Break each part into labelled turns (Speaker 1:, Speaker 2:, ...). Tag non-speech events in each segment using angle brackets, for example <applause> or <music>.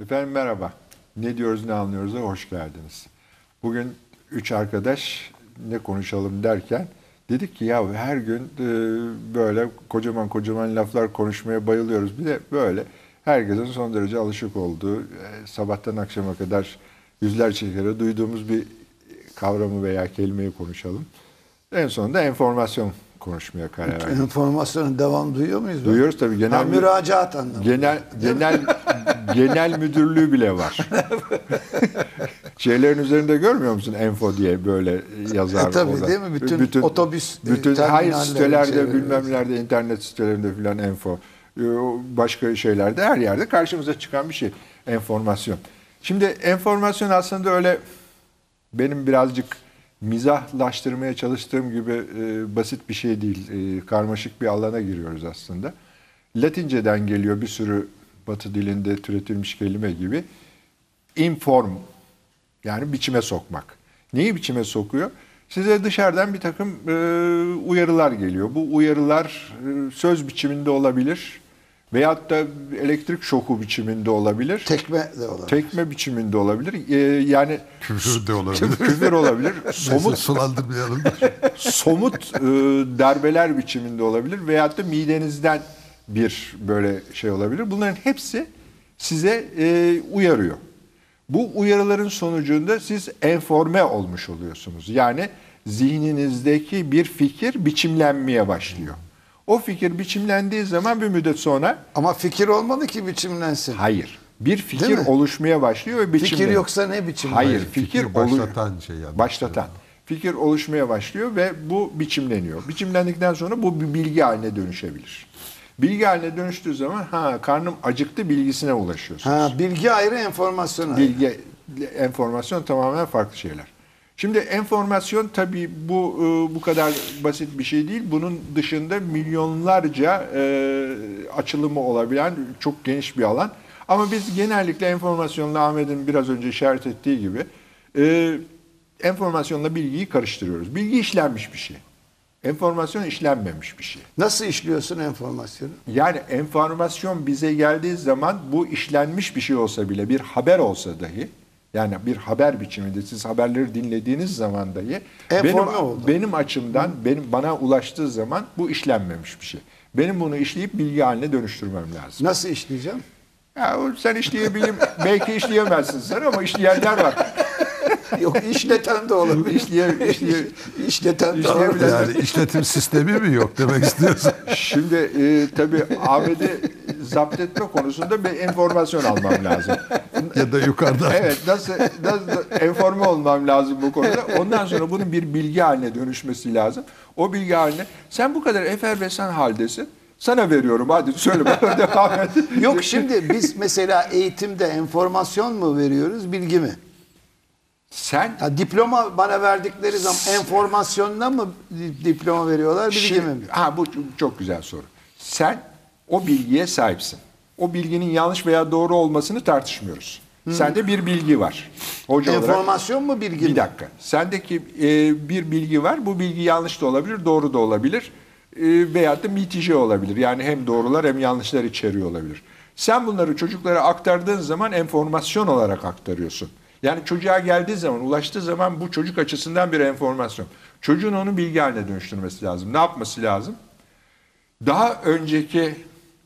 Speaker 1: Efendim merhaba. Ne diyoruz ne anlıyoruz da hoş geldiniz. Bugün üç arkadaş ne konuşalım derken dedik ki ya her gün e, böyle kocaman kocaman laflar konuşmaya bayılıyoruz. Bir de böyle herkesin son derece alışık olduğu e, sabahtan akşama kadar yüzlerce kere duyduğumuz bir kavramı veya kelimeyi konuşalım. En sonunda enformasyon konuşmaya karar
Speaker 2: <laughs>
Speaker 1: verdik.
Speaker 2: Enformasyonun devam duyuyor muyuz?
Speaker 1: Duyuyoruz tabii, genel
Speaker 2: Ha,
Speaker 1: bir-
Speaker 2: müracaat anlamı.
Speaker 1: Genel genel genel müdürlüğü bile var. Şeylerin üzerinde görmüyor musun Enfo diye böyle yazar
Speaker 2: E, tabii
Speaker 1: olan.
Speaker 2: değil mi? Bütün otobüs, e,
Speaker 1: bütün hayır
Speaker 2: terminallerin
Speaker 1: sitelerde
Speaker 2: şeyleri
Speaker 1: bilmem
Speaker 2: var.
Speaker 1: nerede internet sitelerinde filan Enfo E, o başka şeylerde her yerde karşımıza çıkan bir şey enformasyon. Şimdi enformasyon aslında öyle benim birazcık mizahlaştırmaya çalıştığım gibi e, basit bir şey değil. E, karmaşık bir alana giriyoruz aslında. Latinceden geliyor bir sürü batı dilinde türetilmiş kelime gibi. Inform yani biçime sokmak. Neyi biçime sokuyor? Size dışarıdan bir takım e, uyarılar geliyor. Bu uyarılar e, söz biçiminde olabilir veyahut da elektrik şoku biçiminde olabilir.
Speaker 2: Tekme de olabilir.
Speaker 1: Tekme biçiminde olabilir. E, yani
Speaker 3: Küfür de olabilir.
Speaker 1: küfür olabilir.
Speaker 3: Somut.
Speaker 1: Somut
Speaker 3: Sulandırmayalım.
Speaker 1: somut e, darbeler biçiminde olabilir veyahut da midenizden bir böyle şey olabilir. Bunların hepsi size e, uyarıyor. Bu uyarıların sonucunda siz enforme olmuş oluyorsunuz. Yani zihninizdeki bir fikir biçimlenmeye başlıyor. O fikir biçimlendiği zaman bir müddet sonra
Speaker 2: Ama fikir olmalı ki biçimlensin.
Speaker 1: hayır. Bir fikir
Speaker 2: Değil mi?
Speaker 1: oluşmaya başlıyor ve biçimleniyor.
Speaker 2: Fikir yoksa ne biçim?
Speaker 1: Hayır,
Speaker 3: Hayır,
Speaker 1: fikir,
Speaker 3: fikir
Speaker 1: olu-
Speaker 3: başlatan şey yani.
Speaker 1: Başlatan. Fikir oluşmaya başlıyor ve bu biçimleniyor. Biçimlendikten sonra bu bir bilgi haline dönüşebilir. Bilgi haline dönüştüğü zaman ha karnım acıktı bilgisine ulaşıyorsunuz.
Speaker 2: Ha, bilgi ayrı, enformasyon ayrı.
Speaker 1: Bilgi, enformasyon tamamen farklı şeyler. Şimdi enformasyon tabii bu e, bu kadar basit bir şey değil. Bunun dışında milyonlarca e, açılımı olabilen çok geniş bir alan. Ama biz genellikle enformasyonla Ahmet'in biraz önce işaret ettiği gibi e, enformasyonla bilgiyi karıştırıyoruz. Bilgi işlenmiş bir şey. Enformasyon işlenmemiş bir şey.
Speaker 2: Nasıl işliyorsun enformasyonu?
Speaker 1: Yani enformasyon bize geldiği zaman bu işlenmiş bir şey olsa bile bir haber olsa dahi yani bir haber biçiminde siz haberleri dinlediğiniz zaman dahi benim,
Speaker 2: Enforme oldu.
Speaker 1: benim açımdan benim bana ulaştığı zaman bu işlenmemiş bir şey. Benim bunu işleyip bilgi haline dönüştürmem lazım.
Speaker 2: Nasıl işleyeceğim?
Speaker 1: Ya o- sen
Speaker 2: <laughs>
Speaker 1: işleyebilir belki işleyemezsin sen ama işleyenler var. <laughs>
Speaker 2: Yok işleten de olabilir.
Speaker 1: İşleye- işleye-
Speaker 2: işleten de olabilir.
Speaker 1: İşleyebilen-
Speaker 3: yani işletim sistemi mi yok demek istiyorsun?
Speaker 1: Şimdi e, tabii Ahmet'i zapt etme konusunda bir enformasyon almam lazım.
Speaker 3: ya da yukarıdan.
Speaker 1: Evet nasıl, nasıl enforme olmam lazım bu konuda. Ondan sonra bunun bir bilgi haline dönüşmesi lazım. O bilgi haline sen bu kadar efervesan haldesin. Sana veriyorum hadi söyle bana <laughs> devam et.
Speaker 2: Yok şimdi biz mesela eğitimde enformasyon mu veriyoruz, bilgi mi?
Speaker 1: Sen
Speaker 2: Ya diploma bana verdikleri zaman enformasyonla mı di- diploma veriyorlar, bilgi
Speaker 1: Şimdi-
Speaker 2: mi?
Speaker 1: Ha bu ç- çok güzel soru. Sen o bilgiye sahipsin. O bilginin yanlış veya doğru olmasını tartışmıyoruz. Sende bir bilgi var. Hoca olarak
Speaker 2: Enformasyon mu, bilgi mi?
Speaker 1: Bir dakika. Sendeki e, bir bilgi var. Bu bilgi yanlış da olabilir, doğru da olabilir. E, veyahut da mitice olabilir. Yani hem doğrular hem yanlışlar içeriyor olabilir. Sen bunları çocuklara aktardığın zaman enformasyon olarak aktarıyorsun. Yani çocuğa geldiği zaman, ulaştığı zaman bu çocuk açısından bir enformasyon. Çocuğun onu bilgi haline dönüştürmesi lazım. Ne yapması lazım? daha önceki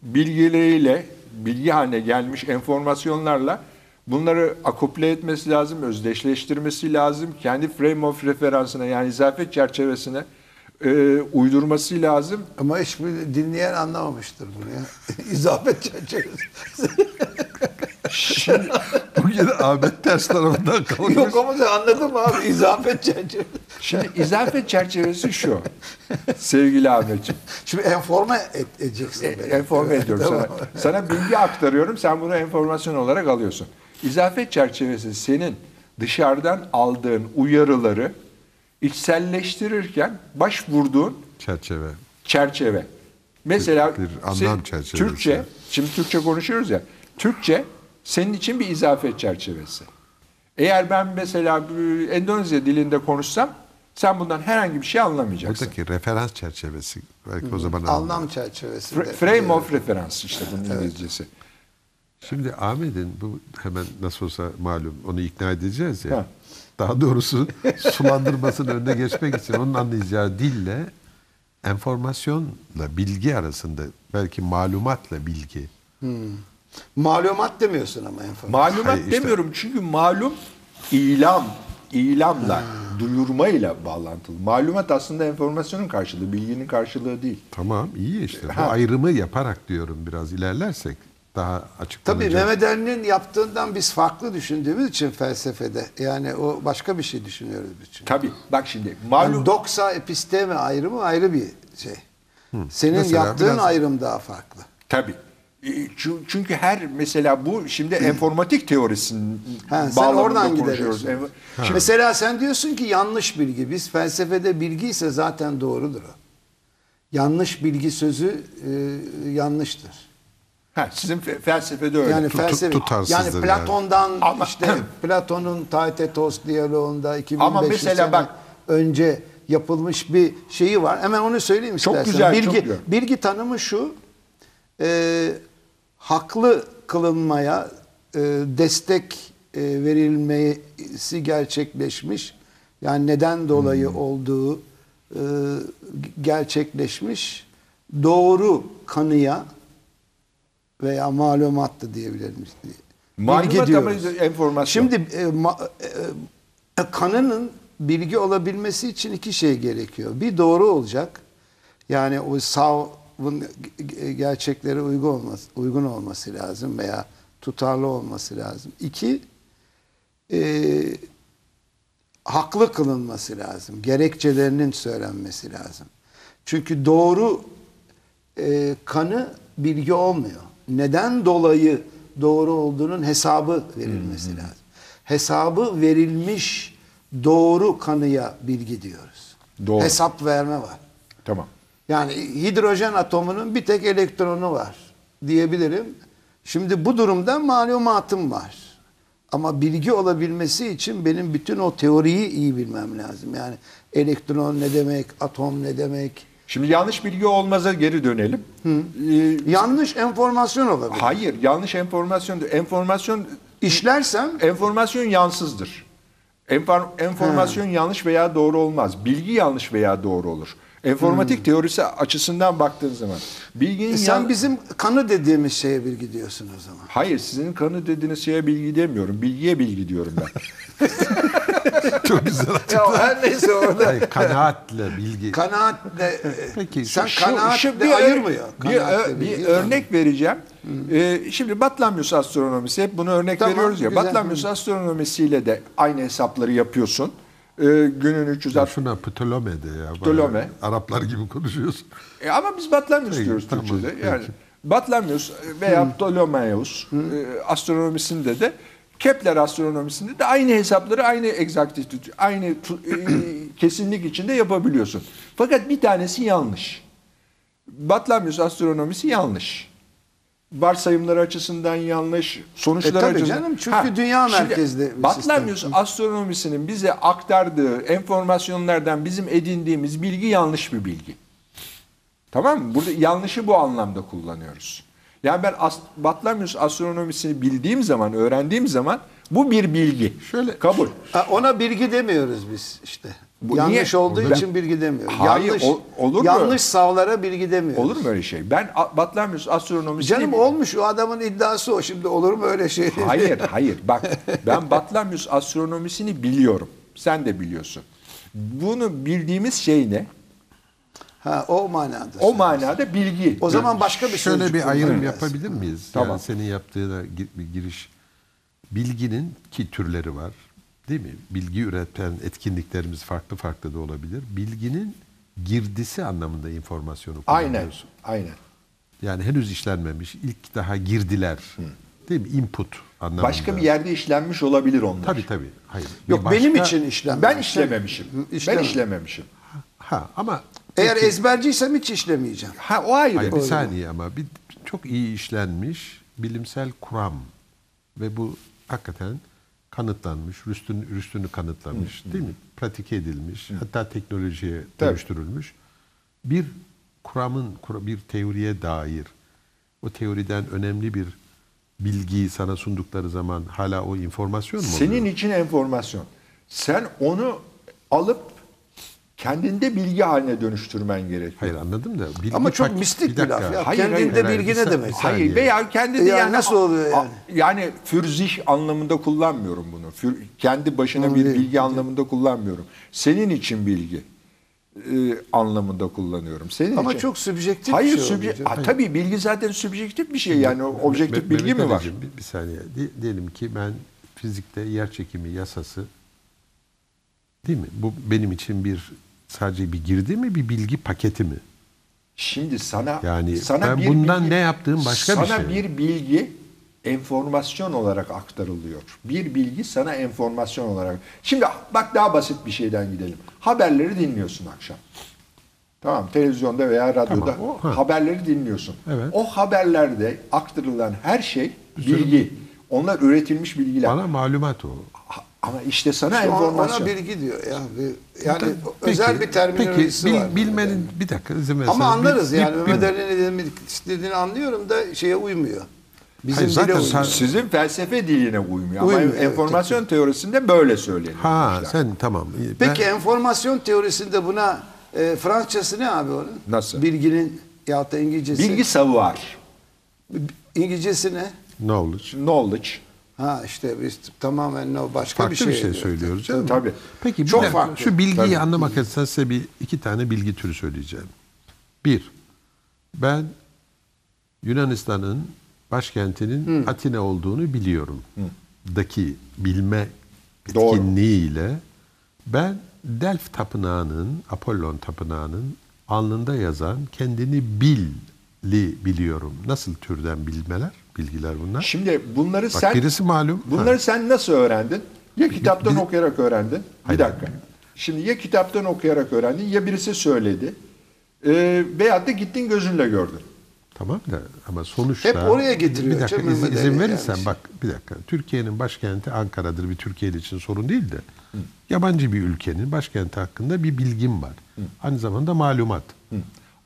Speaker 1: bilgileriyle, bilgi haline gelmiş enformasyonlarla bunları akuple etmesi lazım, özdeşleştirmesi lazım. Kendi frame of referansına yani izafet çerçevesine e, uydurması lazım.
Speaker 2: Ama hiç dinleyen anlamamıştır bunu ya. <laughs> İzafet çerçevesi.
Speaker 3: Bugün Ahmet ters tarafından kalkmış.
Speaker 2: Yok ama da anladım abi. <laughs> İzafet çerçevesi.
Speaker 1: Şimdi izafet çerçevesi şu sevgili Ahmetciğim.
Speaker 2: Şimdi enforme et, edeceksin.
Speaker 1: E,
Speaker 2: beni.
Speaker 1: enforme ediyorum
Speaker 2: Tamam.
Speaker 1: sana. Sana bilgi aktarıyorum, sen bunu enformasyon olarak alıyorsun. İzafet çerçevesi senin dışarıdan aldığın uyarıları içselleştirirken başvurduğun
Speaker 3: Çerçeve.
Speaker 1: çerçeve. Mesela
Speaker 3: Bir- bir anlam
Speaker 1: sen-
Speaker 3: çerçevesi.
Speaker 1: Türkçe, şimdi Türkçe konuşuyoruz ya. Türkçe senin için bir izafet çerçevesi. Eğer ben mesela e, Endonezya dilinde konuşsam sen bundan herhangi bir şey anlamayacaksın.
Speaker 3: Buradaki referans çerçevesi. Belki o zaman anlarım.
Speaker 2: Anlam çerçevesinde.
Speaker 1: Fra- Frame of reference işte bunun İngilizcesi.
Speaker 3: Şimdi Ahmet'in bu hemen nasıl olsa malum onu ikna edeceğiz ya.
Speaker 1: Ha.
Speaker 3: Daha doğrusu sulandırmasının önüne geçmek için onun anlayacağı dille enformasyonla bilgi arasında belki malumatla bilgi.
Speaker 2: Malumat demiyorsun ama enformasyon.
Speaker 1: Malumat
Speaker 3: Hayır, işte-
Speaker 1: demiyorum çünkü malum ilam, ilamla, duyurmayla bağlantılı. Malumat aslında enformasyonun karşılığı, bilginin karşılığı değil.
Speaker 3: Tamam iyi işte. Bu
Speaker 1: Ha.
Speaker 3: ayrımı yaparak diyorum biraz ilerlersek daha açıklanacak.
Speaker 2: Tabii Mehmet Ali'nin yaptığından biz farklı düşündüğümüz için felsefede. Yani o başka bir şey düşünüyoruz biz çünkü.
Speaker 1: Tabii bak şimdi
Speaker 2: Yani
Speaker 1: malum
Speaker 2: doksa episteme ayrımı ayrı bir şey. Senin
Speaker 3: Mesela
Speaker 2: yaptığın
Speaker 3: biraz-
Speaker 2: ayrım daha farklı.
Speaker 1: tabii. E, çü- Çünkü her mesela bu şimdi enformatik teorisinin
Speaker 2: Ha, sen
Speaker 1: bağlamında
Speaker 2: oradan
Speaker 1: konuşuyoruz.
Speaker 2: gideriyorsun.
Speaker 1: Enf- Şimdi
Speaker 2: Mesela sen diyorsun ki yanlış bilgi. Biz felsefede bilgi ise zaten doğrudur o. Yanlış bilgi sözü e, yanlıştır.
Speaker 1: ha, sizin fe- felsefede öyle.
Speaker 2: Yani
Speaker 3: Tut-
Speaker 2: felsefe
Speaker 3: tutarsızdır
Speaker 2: yani
Speaker 3: yani.
Speaker 2: Platon'dan
Speaker 1: Ama- <laughs>
Speaker 2: işte Platon'un Taitetos diyaloğunda 2500
Speaker 1: Ama mesela
Speaker 2: sene
Speaker 1: bak-
Speaker 2: önce yapılmış bir şeyi var. Hemen onu söyleyeyim
Speaker 1: Çok
Speaker 2: istersen.
Speaker 1: güzel,
Speaker 2: bilgi
Speaker 1: çok güzel.
Speaker 2: bilgi tanımı şu. e, haklı kılınmaya e, destek e, verilmesi gerçekleşmiş. Yani neden dolayı
Speaker 3: Hmm.
Speaker 2: olduğu e, gerçekleşmiş. Doğru kanıya veya malumattı diyebilirim.
Speaker 1: Malumat
Speaker 2: Bilgi
Speaker 1: ama
Speaker 2: diyoruz.
Speaker 1: enformasyon.
Speaker 2: Şimdi e, ma- e, e, kanının bilgi olabilmesi için iki şey gerekiyor. Bir doğru olacak. Yani o savun e, gerçeklere uygun olması, uygun olması lazım veya tutarlı olması lazım. İki, e, haklı kılınması lazım. Gerekçelerinin söylenmesi lazım. Çünkü doğru e, kanı bilgi olmuyor. Neden dolayı doğru olduğunun hesabı verilmesi lazım. Hesabı verilmiş doğru kanıya bilgi diyoruz.
Speaker 1: Doğru.
Speaker 2: Hesap verme var.
Speaker 1: Tamam.
Speaker 2: Yani hidrojen atomunun bir tek elektronu var diyebilirim. Şimdi bu durumda malumatım var. Ama bilgi olabilmesi için benim bütün o teoriyi iyi bilmem lazım. Yani elektron ne demek, atom ne demek.
Speaker 1: Şimdi yanlış bilgi olmaza geri dönelim. Ee,
Speaker 2: Yanlış enformasyon olabilir.
Speaker 1: hayır, yanlış enformasyon. Enformasyon
Speaker 2: İşlersem
Speaker 1: Enformasyon yansızdır. Enfor- enformasyon yanlış veya doğru olmaz. Bilgi yanlış veya doğru olur. Enformatik teorisi açısından baktığın zaman bilginin
Speaker 2: Hmm. e, sen
Speaker 1: yan-
Speaker 2: bizim kanı dediğimiz şeye bilgi diyorsun o zaman.
Speaker 1: Hayır, sizin kanı dediğiniz şeye bilgi demiyorum. Bilgiye bilgi diyorum ben.
Speaker 3: Çok güzel.
Speaker 2: <laughs>
Speaker 1: <laughs>
Speaker 2: Ya her <laughs> neyse orada
Speaker 3: Hayır, kanaatle bilgi.
Speaker 2: kanaatle e,
Speaker 3: Peki,
Speaker 2: sen
Speaker 1: Şu- şu
Speaker 2: kanaatle
Speaker 1: bir ö-
Speaker 2: ayırmıyor.
Speaker 1: Bir, ö-
Speaker 2: Kanaatle
Speaker 1: bir
Speaker 2: bilgi
Speaker 1: örnek vereceğim. Ee, şimdi Batlamyus astronomisi hep bunu örnek
Speaker 2: Hmm. Tamam,
Speaker 1: veriyoruz ya.
Speaker 2: güzel.
Speaker 1: Batlamyus astronomisiyle de aynı hesapları yapıyorsun. Ee, günün 360
Speaker 3: Şuna Ptolome de ya.
Speaker 1: Ptolome.
Speaker 3: Araplar gibi konuşuyorsun.
Speaker 1: E ama biz Batlamyus
Speaker 3: Peki,
Speaker 1: diyoruz
Speaker 3: tamam,
Speaker 1: Türkçe'de.
Speaker 3: peki.
Speaker 1: Yani Batlamyus veya Ptolomeus e, astronomisinde de Kepler astronomisinde de aynı hesapları aynı egzaktitüd, aynı tu- e,
Speaker 2: <clears throat>
Speaker 1: kesinlik içinde yapabiliyorsun. Fakat bir tanesi yanlış. Batlamyus astronomisi yanlış. Varsayımları açısından yanlış, sonuçları
Speaker 2: E tabii
Speaker 1: açısından...
Speaker 2: canım, çünkü dünya
Speaker 1: şimdi
Speaker 2: merkezli bir
Speaker 1: Batlamyus
Speaker 2: sistem.
Speaker 1: astronomisinin bize aktardığı enformasyonlardan bizim edindiğimiz bilgi yanlış bir bilgi. Tamam mı? Burada yanlışı bu anlamda kullanıyoruz. Yani ben ast- Batlamyus astronomisini bildiğim zaman, öğrendiğim zaman bu bir bilgi.
Speaker 3: Şöyle-
Speaker 1: kabul.
Speaker 2: Ha, Ona bilgi demiyoruz biz işte.
Speaker 1: Bu
Speaker 2: yanlış
Speaker 1: niye?
Speaker 2: olduğu
Speaker 1: Ben-
Speaker 2: için bilgi demiyoruz.
Speaker 1: Hayır,
Speaker 2: yanlış,
Speaker 1: o- olur mu?
Speaker 2: Yanlış savlara bilgi demiyoruz.
Speaker 1: Olur mu öyle şey? Ben A- Batlamyus astronomisini
Speaker 2: Canım olmuş o adamın iddiası o. Şimdi olur mu öyle şey?
Speaker 1: Hayır, hayır. Bak ben Batlamyus astronomisini biliyorum. Sen de biliyorsun. Bunu bildiğimiz şey ne?
Speaker 2: <laughs> Ha, o manada.
Speaker 1: O manada bilgi.
Speaker 2: O zaman başka bir
Speaker 3: Şöyle
Speaker 2: sözcük
Speaker 3: bir ayrım
Speaker 2: kullanırız.
Speaker 3: yapabilir miyiz?
Speaker 1: Tamam.
Speaker 3: Yani senin yaptığına gi- bir giriş bilginin ki türleri var. Değil mi? Bilgi üreten etkinliklerimiz farklı farklı da olabilir. Bilginin girdisi anlamında informasyonu
Speaker 1: Aynen.
Speaker 3: kullanıyorsun.
Speaker 1: Aynen.
Speaker 3: Yani henüz işlenmemiş, ilk daha girdiler. Değil mi? Input anlamında.
Speaker 1: Başka bir yerde işlenmiş olabilir onlar.
Speaker 3: Tabii tabii. Hayır. bir
Speaker 2: Yok benim
Speaker 3: başka-
Speaker 2: için işlem.
Speaker 1: Ben işlememişim. Ben
Speaker 2: İşlemem.
Speaker 1: işlememişim.
Speaker 3: Ha ama
Speaker 2: Eğer ezberciysem hiç işlemeyeceğim.
Speaker 1: Ha o ayrı.
Speaker 3: Hayır, bir saniye ama bir çok iyi işlenmiş bilimsel kuram ve bu hakikaten kanıtlanmış, rüstün, rüstünü kanıtlamış değil mi? Pratik edilmiş, hatta teknolojiye
Speaker 1: Tabii.
Speaker 3: dönüştürülmüş. Bir kuramın, kura- bir teoriye dair o teoriden önemli bir bilgiyi sana sundukları zaman hala o informasyon mu
Speaker 1: Senin
Speaker 3: oluyor?
Speaker 1: için enformasyon. Sen onu alıp kendinde bilgi haline dönüştürmen gerekiyor.
Speaker 3: Hayır anladım da. bilgi
Speaker 2: Ama çok
Speaker 3: pak-
Speaker 2: mistik bir laf
Speaker 3: dakika.
Speaker 2: ya.
Speaker 1: Hayır,
Speaker 2: Kendinde
Speaker 1: hayır,
Speaker 3: hayır.
Speaker 2: bilgi
Speaker 3: Bir
Speaker 2: ne
Speaker 3: saniye.
Speaker 2: demek?
Speaker 1: Hayır veya kendi
Speaker 2: E yani nasıl oluyor yani?
Speaker 1: A- Yani fürzih anlamında kullanmıyorum bunu. Für- kendi başına
Speaker 2: Onu
Speaker 1: bir
Speaker 2: değil,
Speaker 1: bilgi anlamında kullanmıyorum. Senin için bilgi e, anlamında kullanıyorum. Senin
Speaker 2: Ama
Speaker 1: için-
Speaker 2: çok sübjektif bir
Speaker 1: Hayır,
Speaker 2: şey
Speaker 1: sübje-
Speaker 2: olacak.
Speaker 1: Ha, tabii bilgi zaten sübjektif bir şey yani o- objektif
Speaker 3: Me-
Speaker 1: bilgi
Speaker 3: Mehmet
Speaker 1: mi var?
Speaker 3: Ali'cim, Bir, bir saniye. Di- diyelim ki ben fizikte yer çekimi yasası değil mi? Bu benim için bir sadece bir girdi mi bir bilgi paketi mi?
Speaker 1: Şimdi sana
Speaker 3: Yani
Speaker 1: sana
Speaker 3: ben bundan ne yaptığım başka bir
Speaker 1: sana
Speaker 3: şey.
Speaker 1: bir bilgi enformasyon olarak aktarılıyor. Bir bilgi sana enformasyon olarak. Şimdi ah, bak daha basit bir şeyden gidelim. Haberleri dinliyorsun akşam. Tamam televizyonda veya radyoda
Speaker 3: Tamam, o- ha.
Speaker 1: haberleri dinliyorsun.
Speaker 3: Evet.
Speaker 1: O haberlerde aktarılan her şey bilgi. Onlar üretilmiş bilgiler.
Speaker 3: Bana malumat o.
Speaker 1: Ha- Ama işte sana
Speaker 2: Ona-
Speaker 1: enformasyon.
Speaker 2: Ona bilgi diyor ya. Bir- Yani
Speaker 3: E, Tabii,
Speaker 2: Hani özel
Speaker 3: peki,
Speaker 2: bir terminolojisi
Speaker 3: peki, bil-
Speaker 2: var.
Speaker 3: Bilmenin bir dakika izin verirseniz.
Speaker 2: Ama anlarız
Speaker 3: Bir-
Speaker 2: yani.
Speaker 3: bir-
Speaker 2: Mehmet Ali'nin ne demek istediğini anlıyorum da şeye uymuyor. Bizim
Speaker 3: Hayır, zaten
Speaker 2: dile
Speaker 3: sen-
Speaker 2: uymuyor.
Speaker 1: Sizin felsefe diline uymuyor.
Speaker 2: Uymuyor,
Speaker 1: Ama
Speaker 2: evet,
Speaker 1: enformasyon teorisinde böyle söyleniyor.
Speaker 3: Ha
Speaker 1: işte.
Speaker 3: sen tamam. Ben-
Speaker 2: şey Peki enformasyon teorisinde buna e, Fransızcası ne abi onun?
Speaker 1: Nasıl?
Speaker 2: Bilginin ya da İngilizcesi.
Speaker 1: Bilgi savuar.
Speaker 2: İngilizcesi ne?
Speaker 3: knowledge.
Speaker 1: Knowledge.
Speaker 2: Ha işte biz tamamen no başka
Speaker 3: Farklı
Speaker 2: bir şey. diyor.
Speaker 3: söylüyoruz canım.
Speaker 1: Tabii.
Speaker 3: Peki bir
Speaker 2: Çok
Speaker 3: dakika,
Speaker 2: farklı.
Speaker 3: şu bilgiyi
Speaker 1: Tabii.
Speaker 3: anlamak açısından size bir, iki tane bilgi türü söyleyeceğim. Bir, ben Yunanistan'ın başkentinin
Speaker 2: Hmm.
Speaker 3: Atina olduğunu biliyorum. Daki bilme
Speaker 1: Doğru.
Speaker 3: etkinliğiyle ben Delf Tapınağı'nın, Apollon Tapınağı'nın alnında yazan kendini billi biliyorum. Nasıl türden bilmeler, bilgiler bunlar?
Speaker 1: Şimdi bunları
Speaker 3: Bak
Speaker 1: sen
Speaker 3: birisi malum.
Speaker 1: bunları
Speaker 3: Ha.
Speaker 1: sen nasıl öğrendin? Ya kitaptan
Speaker 3: bir-
Speaker 1: okuyarak öğrendin.
Speaker 3: Hayır.
Speaker 1: Bir dakika. Şimdi ya kitaptan okuyarak öğrendin ya birisi söyledi. Ee, veyahut da gittin gözünle gördün.
Speaker 3: Tamam da ama sonuçta...
Speaker 2: Hep oraya getiriyor
Speaker 3: Bir dakika
Speaker 2: canım
Speaker 3: izin,
Speaker 2: Mehmet
Speaker 3: izin
Speaker 2: Ali
Speaker 3: verirsen
Speaker 1: şey.
Speaker 2: yani.
Speaker 3: bak bir dakika. Türkiye'nin başkenti Ankara'dır bir Türkiye için sorun değil de. Yabancı bir ülkenin başkenti hakkında bir bilgim var. Aynı zamanda malumat.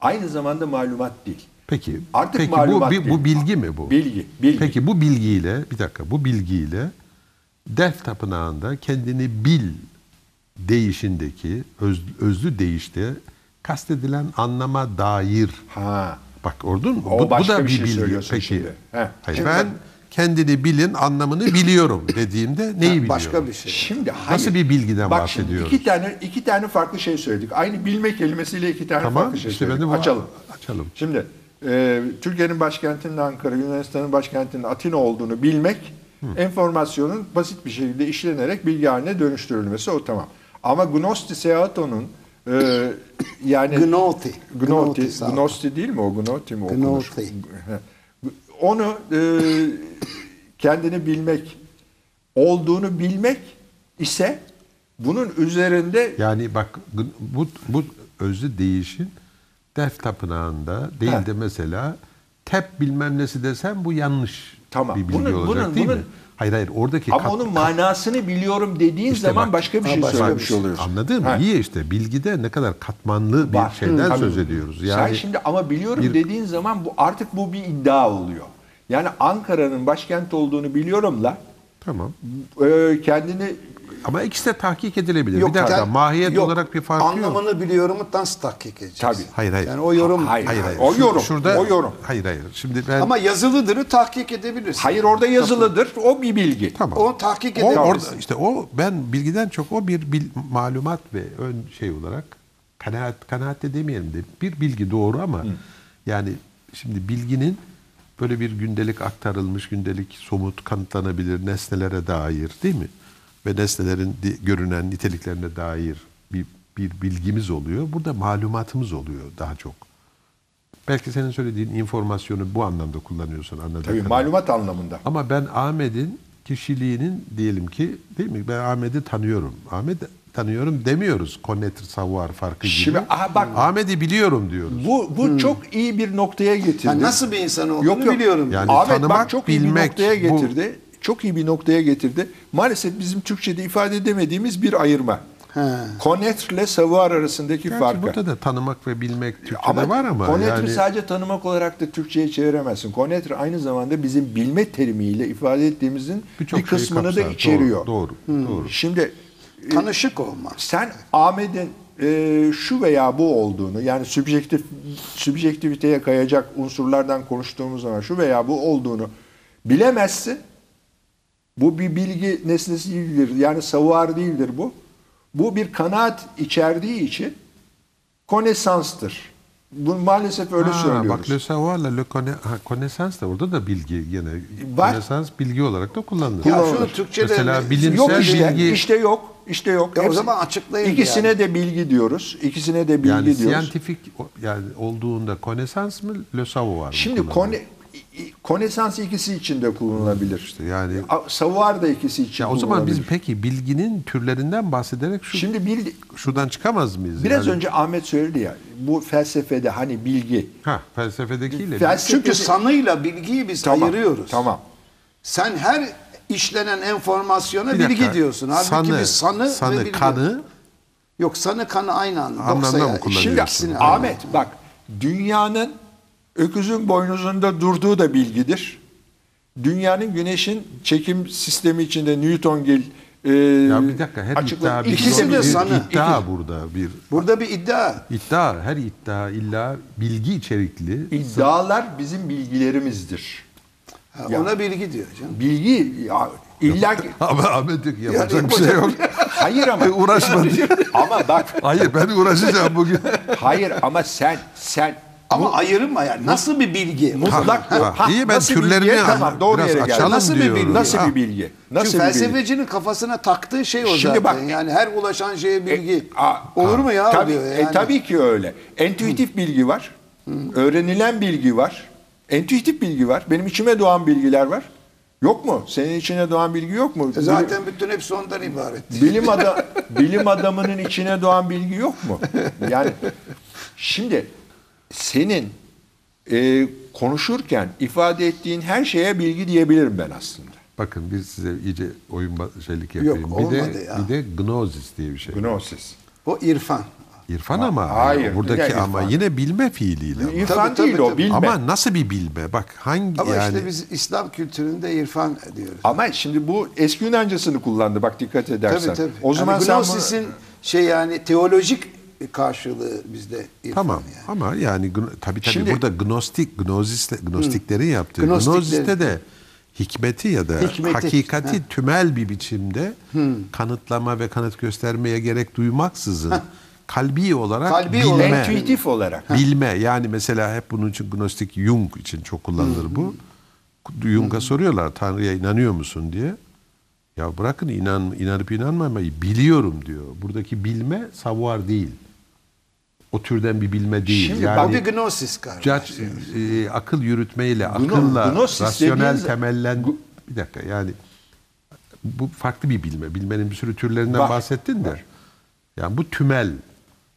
Speaker 1: Aynı zamanda malumat değil.
Speaker 3: Peki,
Speaker 1: Artık
Speaker 3: peki bu,
Speaker 1: malumat
Speaker 3: bi- bu
Speaker 1: değil.
Speaker 3: bilgi mi bu?
Speaker 1: Bilgi, bilgi.
Speaker 3: Peki bu bilgiyle bir dakika bu bilgiyle Delf Tapınağı'nda kendini bil değişindeki öz, özlü değişte kastedilen anlama dair
Speaker 1: Ha.
Speaker 3: Bak ordun mu?
Speaker 1: O
Speaker 3: Bu, bu
Speaker 1: başka
Speaker 3: da
Speaker 1: bir
Speaker 3: bir
Speaker 1: şey
Speaker 3: bilgi.
Speaker 1: söylüyorsun
Speaker 3: Peki.
Speaker 1: şimdi. He.
Speaker 3: Hayır,
Speaker 1: Şimdi
Speaker 3: ben
Speaker 1: bak-
Speaker 3: kendini bilin
Speaker 1: <laughs>
Speaker 3: anlamını biliyorum dediğimde neyi biliyorum?
Speaker 2: Başka bir şey.
Speaker 1: Şimdi hayır.
Speaker 3: Nasıl bir bilgiden
Speaker 1: Bak şimdi
Speaker 3: bahsediyoruz?
Speaker 1: iki tane iki tane farklı şey söyledik. Aynı bilme kelimesiyle iki tane
Speaker 3: Tamam,
Speaker 1: farklı şey
Speaker 3: işte
Speaker 1: söyledik.
Speaker 3: ben de bu-
Speaker 1: açalım.
Speaker 3: açalım.
Speaker 1: Şimdi e, Türkiye'nin başkentinin Ankara, Yunanistan'ın başkentinin Atina olduğunu bilmek enformasyonun basit bir şekilde işlenerek bilgi haline dönüştürülmesi o tamam. Ama Gnosti Seato'nun e, yani
Speaker 2: Gnoti.
Speaker 1: Gnoti,
Speaker 2: sağ ol.
Speaker 1: Gnosti değil mi o? Gnoti mi okunur?
Speaker 2: Gnoti.
Speaker 1: Onu e, kendini bilmek, olduğunu bilmek ise bunun üzerinde
Speaker 3: Yani bak gın- bu, bu özlü değişin Delf Tapınağı'nda değil
Speaker 1: He.
Speaker 3: de mesela tep bilmem nesi desem bu yanlış
Speaker 1: Tamam,
Speaker 3: bir bilgi
Speaker 1: bunun-
Speaker 3: olacak
Speaker 1: bunun-
Speaker 3: değil mi?
Speaker 1: bunun-
Speaker 3: Hayır hayır oradaki
Speaker 1: ama
Speaker 3: kat-
Speaker 1: onun manasını biliyorum dediğin
Speaker 3: İşte
Speaker 1: zaman
Speaker 3: bak-
Speaker 1: başka bir şey
Speaker 2: Ha, başka
Speaker 1: söylemiş
Speaker 2: bir şey.
Speaker 1: oluyorsun.
Speaker 3: Anladın mı?
Speaker 1: Ha.
Speaker 3: İyi işte bilgide ne kadar katmanlı bir
Speaker 1: Var.
Speaker 3: şeyden
Speaker 1: Tabii.
Speaker 3: söz ediyoruz. Yani
Speaker 1: Sen şimdi ama biliyorum
Speaker 3: bir-
Speaker 1: dediğin zaman bu artık bu bir iddia oluyor. Yani Ankara'nın başkent olduğunu biliyorumla
Speaker 3: tamam.
Speaker 1: e, kendini
Speaker 3: Ama ikisi de tahkik edilebilir.
Speaker 2: Yok,
Speaker 3: bir dakika
Speaker 2: zaten-
Speaker 3: mahiyet
Speaker 2: yok.
Speaker 3: olarak bir farkı yok.
Speaker 2: Anlamını biliyorumu nasıl tahkik edeceğiz?
Speaker 1: Tabii.
Speaker 3: Hayır, hayır.
Speaker 2: Yani o yorum.
Speaker 1: Hayır.
Speaker 3: Hayır hayır.
Speaker 1: O
Speaker 3: Şu-
Speaker 1: yorum,
Speaker 3: Şurada,
Speaker 1: o yorum.
Speaker 3: Hayır hayır. Şimdi ben
Speaker 2: Ama yazılıdırı tahkik edebilirsin.
Speaker 1: hayır orada yazılıdır o bir bilgi.
Speaker 3: tamam.
Speaker 2: O tahkik
Speaker 3: O
Speaker 2: edebilirsin.
Speaker 3: orada işte o ben bilgiden çok o bir bil- malumat ve ön şey olarak kanaat kanaat de demeyelim de bir bilgi doğru ama yani şimdi bilginin böyle bir gündelik aktarılmış gündelik somut kanıtlanabilir nesnelere dair değil mi? Ve nesnelerin di- görünen niteliklerine dair bir bir bilgimiz oluyor. Burada malumatımız oluyor daha çok. Belki senin söylediğin informasyonu bu anlamda kullanıyorsun anladığım
Speaker 1: Tabii
Speaker 3: kadarıyla.
Speaker 1: malumat anlamında.
Speaker 3: Ama ben Ahmet'in kişiliğinin diyelim ki değil mi? Ben Ahmet'i tanıyorum. Ahmet tanıyorum demiyoruz. Connector savoir farkı gibi.
Speaker 1: Şimdi, aha bak-
Speaker 3: Ahmet'i biliyorum diyoruz.
Speaker 1: Bu bu çok iyi bir noktaya getirdi.
Speaker 2: Yani Hmm. nasıl bir insan olduğunu biliyorum.
Speaker 3: Yani
Speaker 1: Ahmet
Speaker 3: tanımak,
Speaker 1: bak çok iyi bir
Speaker 3: bilmek,
Speaker 1: noktaya
Speaker 3: bu-
Speaker 1: getirdi. Çok iyi bir noktaya getirdi. Maalesef bizim Türkçe'de ifade edemediğimiz bir ayırma. Connaître ile savoir arasındaki
Speaker 3: Gerçi
Speaker 1: farkı.
Speaker 3: burada da tanımak ve bilmek Türkçe'de var ama.
Speaker 1: Connaître
Speaker 3: yani,
Speaker 1: sadece tanımak olarak da Türkçe'ye çeviremezsin. Connaître aynı zamanda bizim bilme terimiyle ifade ettiğimizin
Speaker 3: birçok
Speaker 1: bir
Speaker 3: şeyi
Speaker 1: kısmını da
Speaker 3: kapsar.
Speaker 1: içeriyor.
Speaker 3: Doğru, doğru, doğru.
Speaker 1: Şimdi e,
Speaker 2: Tanışık olmaz.
Speaker 1: sen Ahmet'in e, şu veya bu olduğunu yani subjektif subjektiviteye kayacak unsurlardan konuştuğumuz zaman şu veya bu olduğunu bilemezsin. Bu bir bilgi nesnesi değildir. Yani savuar değildir bu. Bu bir kanaat içerdiği için konesanstır. Bu maalesef öyle
Speaker 3: Ha,
Speaker 1: söylüyoruz.
Speaker 3: bak Le Savoir'la Le Conna- ha, Connaissance da orada da bilgi yine.
Speaker 1: Var.
Speaker 3: Connaissance bilgi olarak da kullanılır.
Speaker 2: Ya şunu Türkçe'de
Speaker 3: Mesela
Speaker 2: ne-
Speaker 3: bilimsel
Speaker 1: yok işte,
Speaker 3: bilgi
Speaker 1: işte yok, işte yok.
Speaker 2: Ya o
Speaker 1: Hepsi-
Speaker 2: zaman açıklayın
Speaker 1: İkisine
Speaker 2: yani.
Speaker 1: de bilgi diyoruz, ikisine de bilgi
Speaker 3: yani
Speaker 1: diyoruz.
Speaker 3: scientific o- yani olduğunda Connaissance mı Le Savoir mı?
Speaker 1: Şimdi
Speaker 3: kullanılır?
Speaker 1: kone, i- i- konesans ikisi için de kullanılabilir. işte.
Speaker 3: yani-
Speaker 1: savuar da ikisi için.
Speaker 3: ya o zaman biz
Speaker 1: kullanılabilir.
Speaker 3: peki bilginin türlerinden bahsederek şu
Speaker 1: şimdi bil,
Speaker 3: şuradan çıkamaz mıyız?
Speaker 1: biraz
Speaker 3: Yani-
Speaker 1: önce Ahmet söyledi ya bu felsefede hani bilgi.
Speaker 3: ha felsefedekiyle
Speaker 1: Felsefe-
Speaker 2: Çünkü sanıyla bilgiyi biz
Speaker 1: Tamam,
Speaker 2: ayırıyoruz.
Speaker 1: Tamam.
Speaker 2: Sen her işlenen enformasyona
Speaker 3: Bir
Speaker 2: bilgi
Speaker 3: dakika.
Speaker 2: diyorsun. Halbuki
Speaker 3: sanı,
Speaker 2: biz sanı,
Speaker 3: sanı,
Speaker 2: ve bilgi.
Speaker 3: kanı
Speaker 2: Yok sanı kanı aynı anda.
Speaker 3: Anlamda
Speaker 2: Yoksa
Speaker 3: mı
Speaker 2: ya,
Speaker 3: kullanıyorsun?
Speaker 1: Şimdi
Speaker 2: ikisini ayrı.
Speaker 1: Ahmet bak dünyanın öküzün boynuzunda durduğu da bilgidir. Dünyanın güneşin çekim sistemi içinde Newtongil e,
Speaker 3: ya bir dakika her
Speaker 1: açıkla-
Speaker 3: iddia bir,
Speaker 2: Ee, İkisi de
Speaker 3: bir
Speaker 2: sanı.
Speaker 3: iddia burada bir
Speaker 2: Burada bir iddia.
Speaker 3: iddia her iddia illa bilgi içerikli
Speaker 1: İddialar bizim bilgilerimizdir.
Speaker 2: Ha,
Speaker 1: Ya.
Speaker 2: Ona bilgi diyor canım.
Speaker 1: Bilgi ya, illa ki-
Speaker 3: Ama Ahmet diyor ki yapacak
Speaker 2: Yani
Speaker 3: bir şey yok. E,
Speaker 1: Hayır ama
Speaker 2: <laughs>
Speaker 3: Uğraşma diyor.
Speaker 1: ama bak
Speaker 3: Hayır ben uğraşacağım bugün.
Speaker 1: hayır ama sen sen
Speaker 2: Ama ayırma yani. Nasıl bir bilgi?
Speaker 1: mutlak
Speaker 3: ha, iyi, ben
Speaker 1: nasıl
Speaker 3: türlerini
Speaker 1: bilgiye-
Speaker 3: anladım.
Speaker 1: tamam, doğru
Speaker 3: Biraz
Speaker 1: yere geldin.
Speaker 3: açalım
Speaker 1: Nasıl bir bilgi?
Speaker 3: diyorum.
Speaker 1: Nasıl
Speaker 2: Ha.
Speaker 1: bir bilgi?
Speaker 2: Çünkü
Speaker 1: Nasıl bir bilgi?
Speaker 2: felsefecinin kafasına taktığı şey o
Speaker 1: Şimdi
Speaker 2: zaten.
Speaker 1: bak-
Speaker 2: yani her ulaşan şeye bilgi.
Speaker 1: E, a-
Speaker 2: olur mu ya?
Speaker 1: Tabii,
Speaker 2: diyor
Speaker 1: e,
Speaker 2: yani.
Speaker 1: tabii ki öyle. Entüitif bilgi var. Öğrenilen bilgi var. Entüitif bilgi var. Benim içime doğan bilgiler var. Yok mu? Senin içine doğan bilgi yok mu?
Speaker 2: E Zaten bütün hepsi ondan ibaret.
Speaker 1: bilim ada bilim adamının içine doğan bilgi yok mu? Yani şimdi senin e, konuşurken ifade ettiğin her şeye bilgi diyebilirim ben aslında.
Speaker 3: Bakın bir size iyice oyun ba- şeylik yapayım. bir
Speaker 2: olmadı
Speaker 3: de
Speaker 2: ya.
Speaker 3: bir de gnosis diye bir şey. var.
Speaker 1: Gnosis.
Speaker 2: O irfan.
Speaker 3: İrfan ama
Speaker 1: Hayır,
Speaker 3: yani buradaki
Speaker 1: yine
Speaker 3: ama
Speaker 1: irfan.
Speaker 3: yine bilme fiiliyle. ama.
Speaker 1: İrfan
Speaker 2: Tabii, tabii,
Speaker 1: değil o
Speaker 2: tabii.
Speaker 1: bilme. Ama,
Speaker 3: Ama nasıl bir bilme? Bak hangi
Speaker 2: Ama
Speaker 3: yani
Speaker 2: işte biz İslam kültüründe irfan diyoruz.
Speaker 1: şimdi bu eski Yunancasını kullandı bak dikkat edersen.
Speaker 2: Tabii tabii.
Speaker 1: O zaman
Speaker 2: yani
Speaker 1: sen bunu-
Speaker 2: Gnosis'in şey yani teolojik karşılığı bizde irfan
Speaker 3: Tamam
Speaker 2: yani.
Speaker 3: ama yani gno- tabii tabii
Speaker 1: Şimdi-
Speaker 3: burada gnostik, gnozisle, gnostiklerin yaptığı.
Speaker 2: Gnostiklerin.
Speaker 3: Gnoziste de hikmeti ya da
Speaker 2: Hikmeti.
Speaker 3: hakikati tümel bir biçimde kanıtlama ve kanıt göstermeye gerek duymaksızın kalbi olarak
Speaker 2: Kalbi
Speaker 3: bilme.
Speaker 2: olarak.
Speaker 1: Entüitif olarak.
Speaker 3: Bilme yani mesela hep bunun için gnostik Jung için çok kullanılır bu. Jung'a soruyorlar Tanrı'ya inanıyor musun diye. Ya bırakın inan inanıp inanmamayı biliyorum diyor. Buradaki bilme savoir değil. O türden bir bilme değil.
Speaker 1: Şimdi
Speaker 3: yani
Speaker 2: o bir gnosis galiba.
Speaker 3: judge, e, akıl yürütmeyle, akılla,
Speaker 1: Gnosis
Speaker 3: rasyonel
Speaker 1: dediğiniz-
Speaker 3: temellen bir dakika yani bu farklı bir bilme. Bilmenin bir sürü türlerinden
Speaker 1: Var,
Speaker 3: bahsettin de. Yani bu tümel.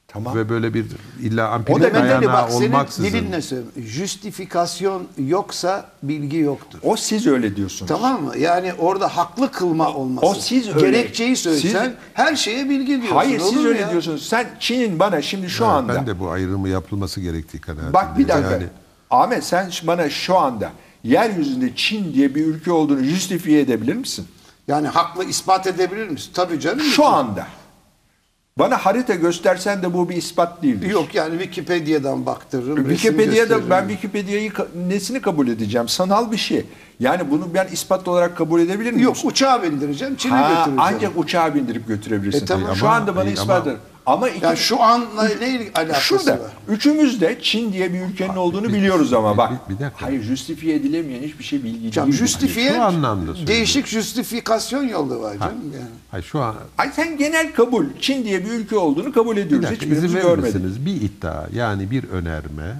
Speaker 1: Tamam.
Speaker 3: Ve böyle bir illa
Speaker 2: O
Speaker 3: ampirik
Speaker 2: da bedeli
Speaker 3: dayanağı
Speaker 2: bak senin
Speaker 3: olmaksızın.
Speaker 2: dilinle söylüyorum. Justifikasyon yoksa bilgi yoktur.
Speaker 1: O siz öyle diyorsunuz.
Speaker 2: Tamam mı? Yani orada haklı kılma olması.
Speaker 1: o siz öyle-
Speaker 2: Gerekçeyi söylesen
Speaker 1: Siz-
Speaker 2: her şeye bilgi diyorsun.
Speaker 1: Hayır
Speaker 2: olur
Speaker 1: siz
Speaker 2: mu
Speaker 1: öyle
Speaker 2: ya?
Speaker 1: diyorsunuz. Sen Çin'in bana şimdi şu
Speaker 3: Evet,
Speaker 1: anda
Speaker 3: Ben de bu ayrımı yapılması gerektiği kanaatindeyim.
Speaker 1: Bak bir dakika.
Speaker 3: Yani
Speaker 1: Ahmet sen şu- bana şu anda yeryüzünde Çin diye bir ülke olduğunu justifiye edebilir misin?
Speaker 2: Yani haklı ispat edebilir misin? Tabii canım.
Speaker 1: Şu anda. Bana harita göstersen de bu bir ispat değildir.
Speaker 2: Yok yani Wikipedia'dan baktırırım. resim
Speaker 1: Wikipedia'da
Speaker 2: gösteririm.
Speaker 1: ben Wikipedia'yı ka- nesini kabul edeceğim? Sanal bir şey. Yani bunu ben ispat olarak kabul edebilir miyim?
Speaker 2: Yok uçağa bindireceğim, Çin'e
Speaker 1: Ha,
Speaker 2: götüreceğim.
Speaker 1: ancak uçağa bindirip götürebilirsin.
Speaker 2: E, tamam.
Speaker 1: Şu
Speaker 3: Ama-
Speaker 1: anda bana
Speaker 3: e,
Speaker 1: ispat
Speaker 3: ama-
Speaker 1: eder. Ama iki,
Speaker 2: yani şu anla ne alakası
Speaker 1: Şurada
Speaker 2: var?
Speaker 1: üçümüz de Çin diye bir ülkenin olduğunu
Speaker 3: bir-
Speaker 1: biliyoruz ama
Speaker 3: bir-
Speaker 1: bak.
Speaker 3: bir- bir dakika.
Speaker 1: Hayır justifiye edilemeyen hiçbir şey bilgi
Speaker 2: Hocam
Speaker 1: değil.
Speaker 2: justifiye
Speaker 3: Şu anlamda söylüyorum.
Speaker 2: değişik justifikasyon yolu var canım. Yani.
Speaker 3: hayır, şu an
Speaker 1: Ay sen genel kabul Çin diye bir ülke olduğunu kabul
Speaker 3: bir
Speaker 1: ediyoruz.
Speaker 3: dakika,
Speaker 1: Hiçbirimiz
Speaker 3: izin verir
Speaker 1: görmedik.
Speaker 3: misiniz? Bir iddia yani bir önerme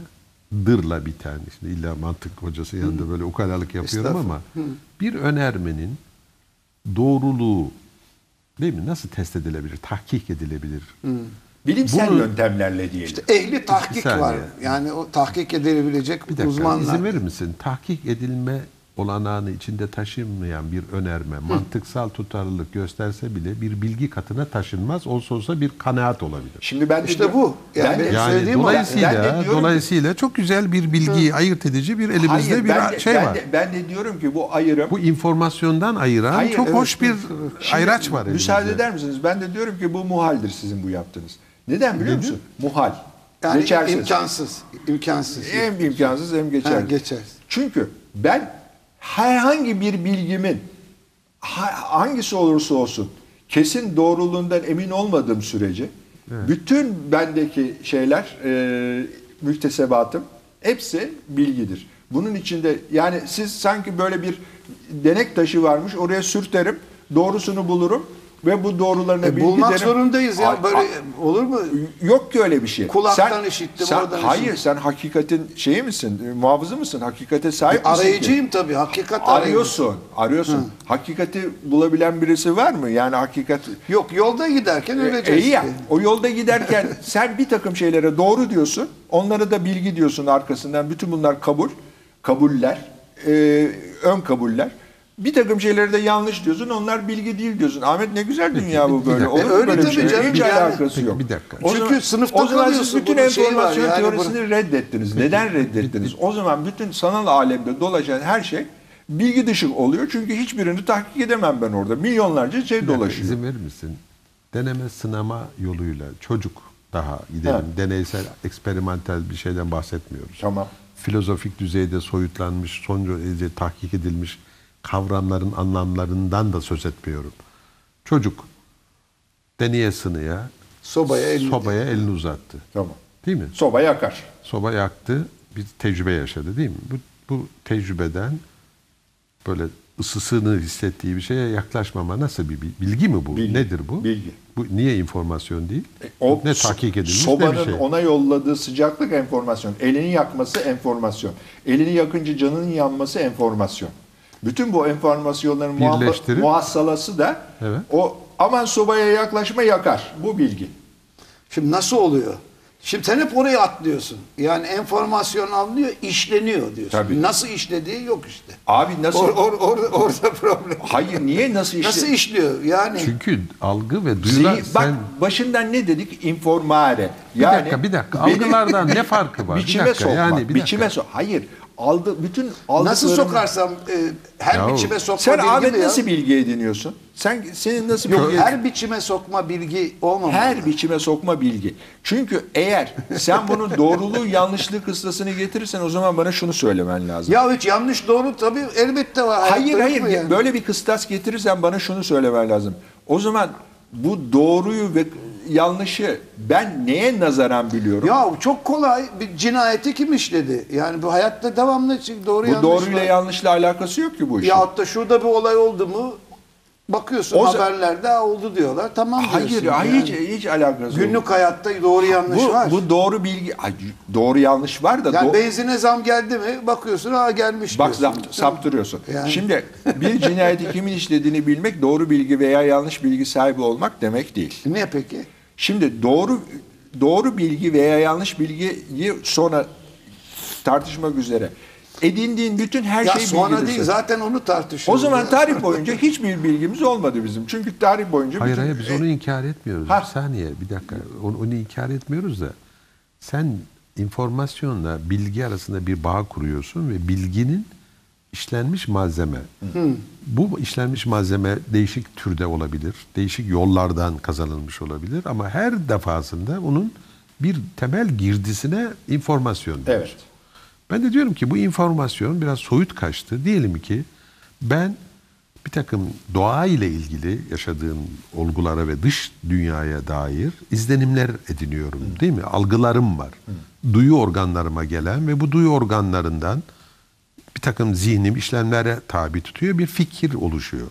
Speaker 3: dırla biten işte illa mantık hocası yanında böyle ukalalık yapıyorum ama bir önermenin doğruluğu değil mi? Nasıl test edilebilir? Tahkik edilebilir.
Speaker 1: Bilimsel
Speaker 3: Bunu-
Speaker 1: yöntemlerle diyelim.
Speaker 2: İşte ehli tahkik
Speaker 3: saniye.
Speaker 2: var. Yani o tahkik edilebilecek
Speaker 3: Bir dakika
Speaker 2: uzmanlar.
Speaker 3: izin verir misin? Tahkik edilme olanağını içinde taşınmayan bir önerme, mantıksal tutarlılık gösterse bile bir bilgi katına taşınmaz. Olsa olsa bir kanaat olabilir.
Speaker 1: Şimdi ben de
Speaker 2: İşte
Speaker 1: diyorum-
Speaker 2: bu. Yani
Speaker 1: ben de-
Speaker 2: benim
Speaker 3: Yani
Speaker 2: söylediğim o.
Speaker 1: Şey, Ben de
Speaker 3: dolayısıyla
Speaker 1: diyorum ki-
Speaker 3: dolayısıyla çok güzel bir bilgiyi ayırt edici bir elimizde
Speaker 1: Hayır,
Speaker 3: bir
Speaker 1: ben
Speaker 3: a-
Speaker 1: de-
Speaker 3: şey
Speaker 1: ben
Speaker 3: var.
Speaker 1: De, ben de diyorum ki bu ayrım
Speaker 3: Bu informasyondan ayıran
Speaker 1: Hayır,
Speaker 3: çok
Speaker 1: evet,
Speaker 3: hoş bir
Speaker 1: Şimdi
Speaker 3: ayraç var elimizde.
Speaker 1: Müsaade eder misiniz? Ben de diyorum ki bu muhaldir sizin bu yaptığınız. Neden biliyor musun? Muhal.
Speaker 2: Yani
Speaker 1: geçersiz.
Speaker 2: imkansız. imkansız. E,
Speaker 1: Hem imkansız hem geçersiz.
Speaker 2: Ha, geçersiz.
Speaker 1: Çünkü ben herhangi bir bilgimin ha- hangisi olursa olsun kesin doğruluğundan emin olmadığım sürece bütün bendeki şeyler e, müktesebatım hepsi bilgidir. Bunun içinde yani siz sanki böyle bir denek taşı varmış oraya sürterim doğrusunu bulurum ve bu doğrularına
Speaker 2: E,
Speaker 1: bilgi
Speaker 2: bulmak
Speaker 1: derim.
Speaker 2: zorundayız ya.
Speaker 1: Ay-
Speaker 2: Böyle
Speaker 1: ay-
Speaker 2: olur mu?
Speaker 1: Yok ki öyle bir şey.
Speaker 2: Kulaktan işittim,
Speaker 1: sen,
Speaker 2: oradan
Speaker 1: Hayır
Speaker 2: işittim.
Speaker 1: sen hakikatin şeyi misin? e, Muhafızı mısın? Hakikate sahip misin? ki?
Speaker 2: Arayıcıyım tabii. Hakikat arıyorsun.
Speaker 1: Arıyorsun. Arıyorsun. Hakikati bulabilen birisi var mı? Yani hakikat...
Speaker 2: Yok yolda giderken
Speaker 1: E,
Speaker 2: öleceğiz.
Speaker 1: iyi ya. O yolda giderken <laughs> sen bir takım şeylere doğru diyorsun. Onlara da bilgi diyorsun arkasından. Bütün bunlar kabul. Kabuller. e, ön kabuller. Bir takım şeylere de yanlış diyorsun. Onlar bilgi değil diyorsun. Ahmet ne güzel dünya bu
Speaker 3: bir
Speaker 1: böyle.
Speaker 3: dakika.
Speaker 1: Olur
Speaker 2: E,
Speaker 1: mu
Speaker 2: öyle
Speaker 1: böyle bir
Speaker 2: tabii
Speaker 1: şey?
Speaker 2: canım,
Speaker 1: Hiç
Speaker 2: yani.
Speaker 1: alakası
Speaker 3: Peki,
Speaker 1: yok.
Speaker 3: bir dakika.
Speaker 1: O
Speaker 2: Çünkü
Speaker 1: zaman-
Speaker 2: sınıfta
Speaker 1: o zaman siz
Speaker 2: kalıyorsun,
Speaker 1: bütün
Speaker 2: bunun şeyi var
Speaker 1: enformasyon
Speaker 2: yani, bunun-
Speaker 1: teorisini reddettiniz. Neden reddettiniz? O zaman bütün sanal alemde dolaşan her şey bilgi dışı oluyor. Çünkü hiçbirini tahkik edemem ben orada. Milyonlarca şey dolaşıyor.
Speaker 3: İzin verir misin? Deneme sınama yoluyla çocuk daha gidelim.
Speaker 1: Evet.
Speaker 3: Deneysel, eksperimental bir şeyden bahsetmiyoruz.
Speaker 1: Tamam.
Speaker 3: Filozofik düzeyde soyutlanmış, son derece tahkik edilmiş kavramların anlamlarından da söz etmiyorum. Çocuk deneye sınıya
Speaker 2: Sobaya elini-
Speaker 3: sobaya elini uzattı.
Speaker 1: Tamam.
Speaker 3: Değil mi?
Speaker 1: Soba yakar.
Speaker 3: soba yaktı, bir tecrübe yaşadı değil mi? Bu, bu tecrübeden böyle ısısını hissettiği bir şeye yaklaşmama nasıl bir bil- bilgi mi bu?
Speaker 1: Bilgi,
Speaker 3: Nedir bu?
Speaker 1: bilgi.
Speaker 3: Bu niye informasyon değil?
Speaker 1: E, o
Speaker 3: ne
Speaker 1: so-
Speaker 3: tahkik edilmiş
Speaker 1: sobanın
Speaker 3: ne bir şey.
Speaker 1: ona yolladığı sıcaklık enformasyon. Elini yakması enformasyon. Elini yakınca canının yanması enformasyon. Bütün bu enformasyonların muha-
Speaker 3: Birleştirip-
Speaker 1: muhassalası da
Speaker 3: Evet.
Speaker 1: o aman sobaya yaklaşma yakar. Bu bilgi.
Speaker 2: Şimdi nasıl oluyor? Şimdi sen hep oraya atlıyorsun. Yani enformasyon alınıyor, işleniyor diyorsun.
Speaker 1: Tabii.
Speaker 2: Nasıl işlediği yok işte.
Speaker 1: Abi nasıl
Speaker 2: Or, or, or, <laughs> orada problem.
Speaker 1: Hayır niye nasıl işte?
Speaker 2: Nasıl işliyor? Yani
Speaker 3: Çünkü algı ve
Speaker 1: Zihin-
Speaker 3: duyular...
Speaker 1: bak
Speaker 3: sen,
Speaker 1: başından ne dedik? Informare.
Speaker 3: bir dakika, bir dakika.
Speaker 1: Beni
Speaker 3: Algılardan ne
Speaker 1: <laughs>
Speaker 3: farkı var?
Speaker 1: biçime
Speaker 3: bir dakika,
Speaker 1: sokmak.
Speaker 3: Yani bir
Speaker 1: biçime
Speaker 3: dakika.
Speaker 1: sok. Hayır. Aldı bütün aldıklarım.
Speaker 2: nasıl sokarsam e, her
Speaker 3: Yahu,
Speaker 2: biçime sokma
Speaker 1: Sen
Speaker 2: bilgi
Speaker 1: Ahmet
Speaker 2: mi ya?
Speaker 1: nasıl bilgi ediniyorsun? Sen senin nasıl
Speaker 2: Yok,
Speaker 1: bilgi
Speaker 2: her biçime sokma bilgi olmamalı.
Speaker 1: her biçime sokma bilgi. Çünkü eğer sen bunun
Speaker 2: <laughs>
Speaker 1: doğruluğu yanlışlık kıstasını getirirsen o zaman bana şunu söylemen lazım.
Speaker 2: Ya hiç yanlış doğru tabii elbette var.
Speaker 1: Hayır
Speaker 2: Hayatta
Speaker 1: hayır
Speaker 2: yok mu yani?
Speaker 1: böyle bir kıstas getirirsen bana şunu söylemen lazım. O zaman bu doğruyu ve yanlışı ben neye nazaran biliyorum?
Speaker 2: Ya çok kolay bir cinayeti kim işledi? Yani bu hayatta devamlı çünkü doğru
Speaker 1: bu
Speaker 2: yanlış
Speaker 1: doğruyla
Speaker 2: var.
Speaker 1: yanlışla alakası yok ki bu işin.
Speaker 2: Yahut da şurada bir olay oldu mu bakıyorsun
Speaker 1: O-
Speaker 2: haberlerde "Aa, oldu diyorlar. Tamam
Speaker 1: hayır
Speaker 2: diyorsun.
Speaker 1: hayır,
Speaker 2: yani.
Speaker 1: hiç, hiç alakası yok.
Speaker 2: Günlük hayatta doğru yanlış
Speaker 1: Bu,
Speaker 2: var.
Speaker 1: bu doğru bilgi, Ay, doğru yanlış var da
Speaker 2: yani
Speaker 1: do-
Speaker 2: benzine zam geldi mi bakıyorsun ha gelmiş
Speaker 1: Bak
Speaker 2: diyorsun.
Speaker 1: zapt- saptırıyorsun.
Speaker 2: Yani-
Speaker 1: Şimdi bir cinayeti kimin işlediğini bilmek doğru bilgi veya yanlış bilgi sahibi olmak demek değil.
Speaker 2: Ne peki?
Speaker 1: Şimdi doğru doğru bilgi veya yanlış bilgiyi sonra tartışmak üzere edindiğin bütün her
Speaker 2: ya
Speaker 1: şey
Speaker 2: sonra
Speaker 1: bilgidir
Speaker 2: değil
Speaker 1: sen.
Speaker 2: zaten onu tartışıyoruz.
Speaker 1: O zaman
Speaker 2: ya.
Speaker 1: tarih boyunca hiçbir bilgimiz olmadı bizim. Çünkü tarih boyunca
Speaker 3: Hayır
Speaker 1: bütün- e,
Speaker 3: hayır biz onu inkar etmiyoruz.
Speaker 1: Ha.
Speaker 3: Bir saniye bir dakika. Onu, onu inkar etmiyoruz da sen informasyonla bilgi arasında bir bağ kuruyorsun ve bilginin işlenmiş malzeme. Bu işlenmiş malzeme değişik türde olabilir. Değişik yollardan kazanılmış olabilir ama her defasında onun bir temel girdisine informasyon diyoruz.
Speaker 1: Evet.
Speaker 3: Ben de diyorum ki bu informasyon biraz soyut kaçtı. Diyelim ki ben bir takım doğa ile ilgili yaşadığım olgulara ve dış dünyaya dair izlenimler ediniyorum değil mi? Algılarım var. Duyu organlarıma gelen ve bu duyu organlarından bir takım zihnim işlemlere tabi tutuyor bir fikir oluşuyor.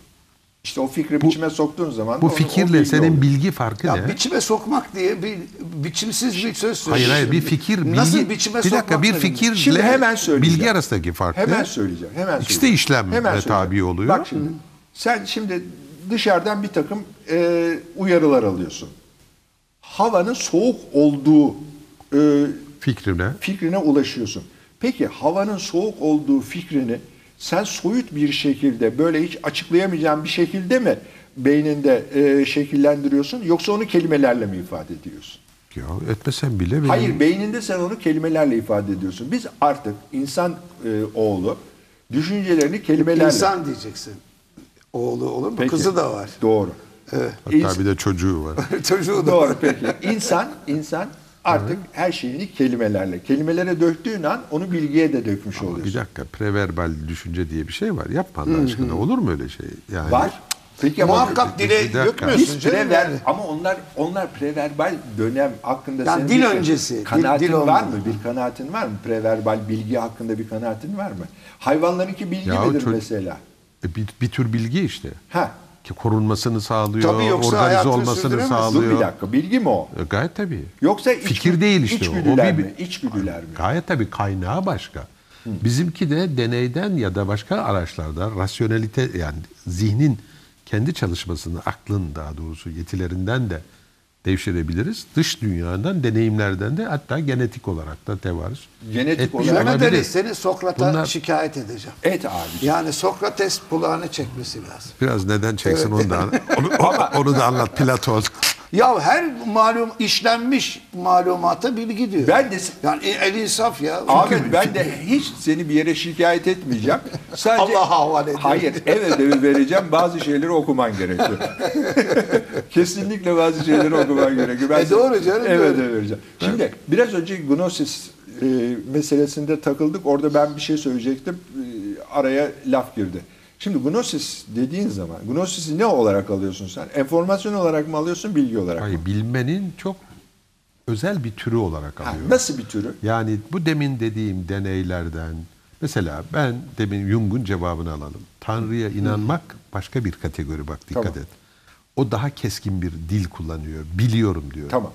Speaker 1: işte o fikri biçime soktuğun zaman
Speaker 3: Bu
Speaker 1: onu- o
Speaker 3: fikirle
Speaker 1: bilgi
Speaker 3: senin
Speaker 1: oluyor.
Speaker 3: bilgi farkı
Speaker 2: Ya
Speaker 3: ne?
Speaker 2: biçime sokmak diye bir biçimsiz bir söz
Speaker 3: Hayır
Speaker 2: söylüyorsun.
Speaker 3: hayır bir fikir bilgi
Speaker 2: Nasıl biçime
Speaker 3: bir dakika
Speaker 2: sokmak
Speaker 3: bir
Speaker 2: demek?
Speaker 3: fikirle
Speaker 1: Şimdi hemen söyleyeceğim.
Speaker 3: bilgi arasındaki fark
Speaker 1: Hemen
Speaker 3: ne?
Speaker 1: söyleyeceğim. Hemen
Speaker 3: İkisi de
Speaker 1: söyleyeceğim.
Speaker 3: işleme
Speaker 1: söyleyeceğim.
Speaker 3: tabi oluyor.
Speaker 1: Bak şimdi. Sen şimdi dışarıdan bir takım e, uyarılar alıyorsun. Havanın soğuk olduğu e,
Speaker 3: Fikrine.
Speaker 1: fikrine ulaşıyorsun. Peki havanın soğuk olduğu fikrini sen soyut bir şekilde böyle hiç açıklayamayacağın bir şekilde mi beyninde e, şekillendiriyorsun yoksa onu kelimelerle mi ifade ediyorsun?
Speaker 3: Ya etmesen bile benim
Speaker 1: Hayır beyninde sen onu kelimelerle ifade ediyorsun. Biz artık insan e, oğlu düşüncelerini kelimelerle...
Speaker 2: İnsan diyeceksin. Oğlu olur mu?
Speaker 1: Peki.
Speaker 2: Kızı da var. <laughs>
Speaker 1: Doğru.
Speaker 3: hatta bir de
Speaker 1: <laughs>
Speaker 3: çocuğu var.
Speaker 2: Çocuğu da var.
Speaker 1: Doğru peki. İnsan, insan artık her şeyini kelimelerle. Kelimelere döktüğün an onu bilgiye de dökmüş
Speaker 3: bir
Speaker 1: oluyorsun.
Speaker 3: dakika preverbal düşünce diye bir şey var. Yapma Allah aşkına olur mu öyle şey? Yani
Speaker 1: Var. Peki ama
Speaker 2: Muhakkak
Speaker 3: Bir
Speaker 2: dile
Speaker 3: dakika.
Speaker 2: dökmüyorsun
Speaker 1: biz
Speaker 2: canım.
Speaker 1: prever,
Speaker 2: Yani.
Speaker 1: ama onlar onlar preverbal dönem hakkında senin
Speaker 2: Yani dil
Speaker 1: bir şey-
Speaker 2: öncesi, dil-
Speaker 1: kanaatin
Speaker 2: dil
Speaker 1: var
Speaker 2: olmadan.
Speaker 1: mı? Bir kanaatin var mı? Preverbal bilgi hakkında bir kanaatin var mı? Hayvanlarınki bilgi
Speaker 3: Ya o
Speaker 1: midir
Speaker 3: çocuk-
Speaker 1: mesela?
Speaker 3: E, bir, bir tür bilgi işte.
Speaker 1: Ha.
Speaker 3: Ki korunmasını sağlıyor,
Speaker 2: Tabii yoksa
Speaker 3: organize
Speaker 2: hayatını
Speaker 3: olmasını
Speaker 2: sürdüremez.
Speaker 1: Dur bir
Speaker 3: sağlıyor.
Speaker 1: dakika. Bilgi mi o?
Speaker 3: E, gayet tabii.
Speaker 1: Yoksa iç-
Speaker 3: fikir değil işte o. o.
Speaker 1: içgüdüler
Speaker 3: bir-
Speaker 1: mi? İçgüdüler mi?
Speaker 3: Gayet tabii kaynağı başka. Bizimki de deneyden ya da başka araçlardan rasyonelite yani zihnin kendi çalışmasını, aklın daha doğrusu yetilerinden de devşirebiliriz. Dış dünyadan, deneyimlerden de hatta genetik olarak da tevarüz.
Speaker 1: Genetik
Speaker 3: etmiş
Speaker 1: olarak-
Speaker 2: Mehmet Ali
Speaker 3: olabilir.
Speaker 2: seni Sokrat'a
Speaker 3: Bunlar-
Speaker 2: şikayet edeceğim.
Speaker 1: Et abi.
Speaker 2: Yani Sokrates kulağını çekmesi lazım.
Speaker 3: Biraz neden çeksin onu da onu, onu da anlat Platon.
Speaker 2: Ya her malum işlenmiş malumata bilgi diyor.
Speaker 1: Ben de-
Speaker 2: yani e- el insaf ya.
Speaker 1: Abi ben de
Speaker 2: <laughs>
Speaker 1: hiç seni bir yere şikayet etmeyeceğim. Sadece
Speaker 2: Allah'a havale ediyorum.
Speaker 1: Hayır, ev ödevi vereceğim. Bazı şeyleri okuman
Speaker 2: <laughs>
Speaker 1: gerekiyor. Kesinlikle bazı şeyleri okuman gerekiyor.
Speaker 2: E doğru canım,
Speaker 1: Ev
Speaker 2: doğru.
Speaker 1: ödevi vereceğim. Şimdi biraz önce Gnosis e, meselesinde takıldık. Orada ben bir şey söyleyecektim. E, araya laf girdi. Şimdi Gnosis dediğin zaman Gnosis'i ne olarak alıyorsun sen? Enformasyon olarak mı alıyorsun, bilgi olarak mı?
Speaker 3: Hayır, bilmenin çok özel bir türü olarak
Speaker 1: Ha,
Speaker 3: alıyor.
Speaker 1: Nasıl bir türü?
Speaker 3: Yani bu demin dediğim deneylerden mesela ben demin Jung'un cevabını alalım. Tanrı'ya inanmak başka bir kategori bak dikkat
Speaker 1: Tamam.
Speaker 3: et. O daha keskin bir dil kullanıyor. Biliyorum diyor.
Speaker 1: Tamam.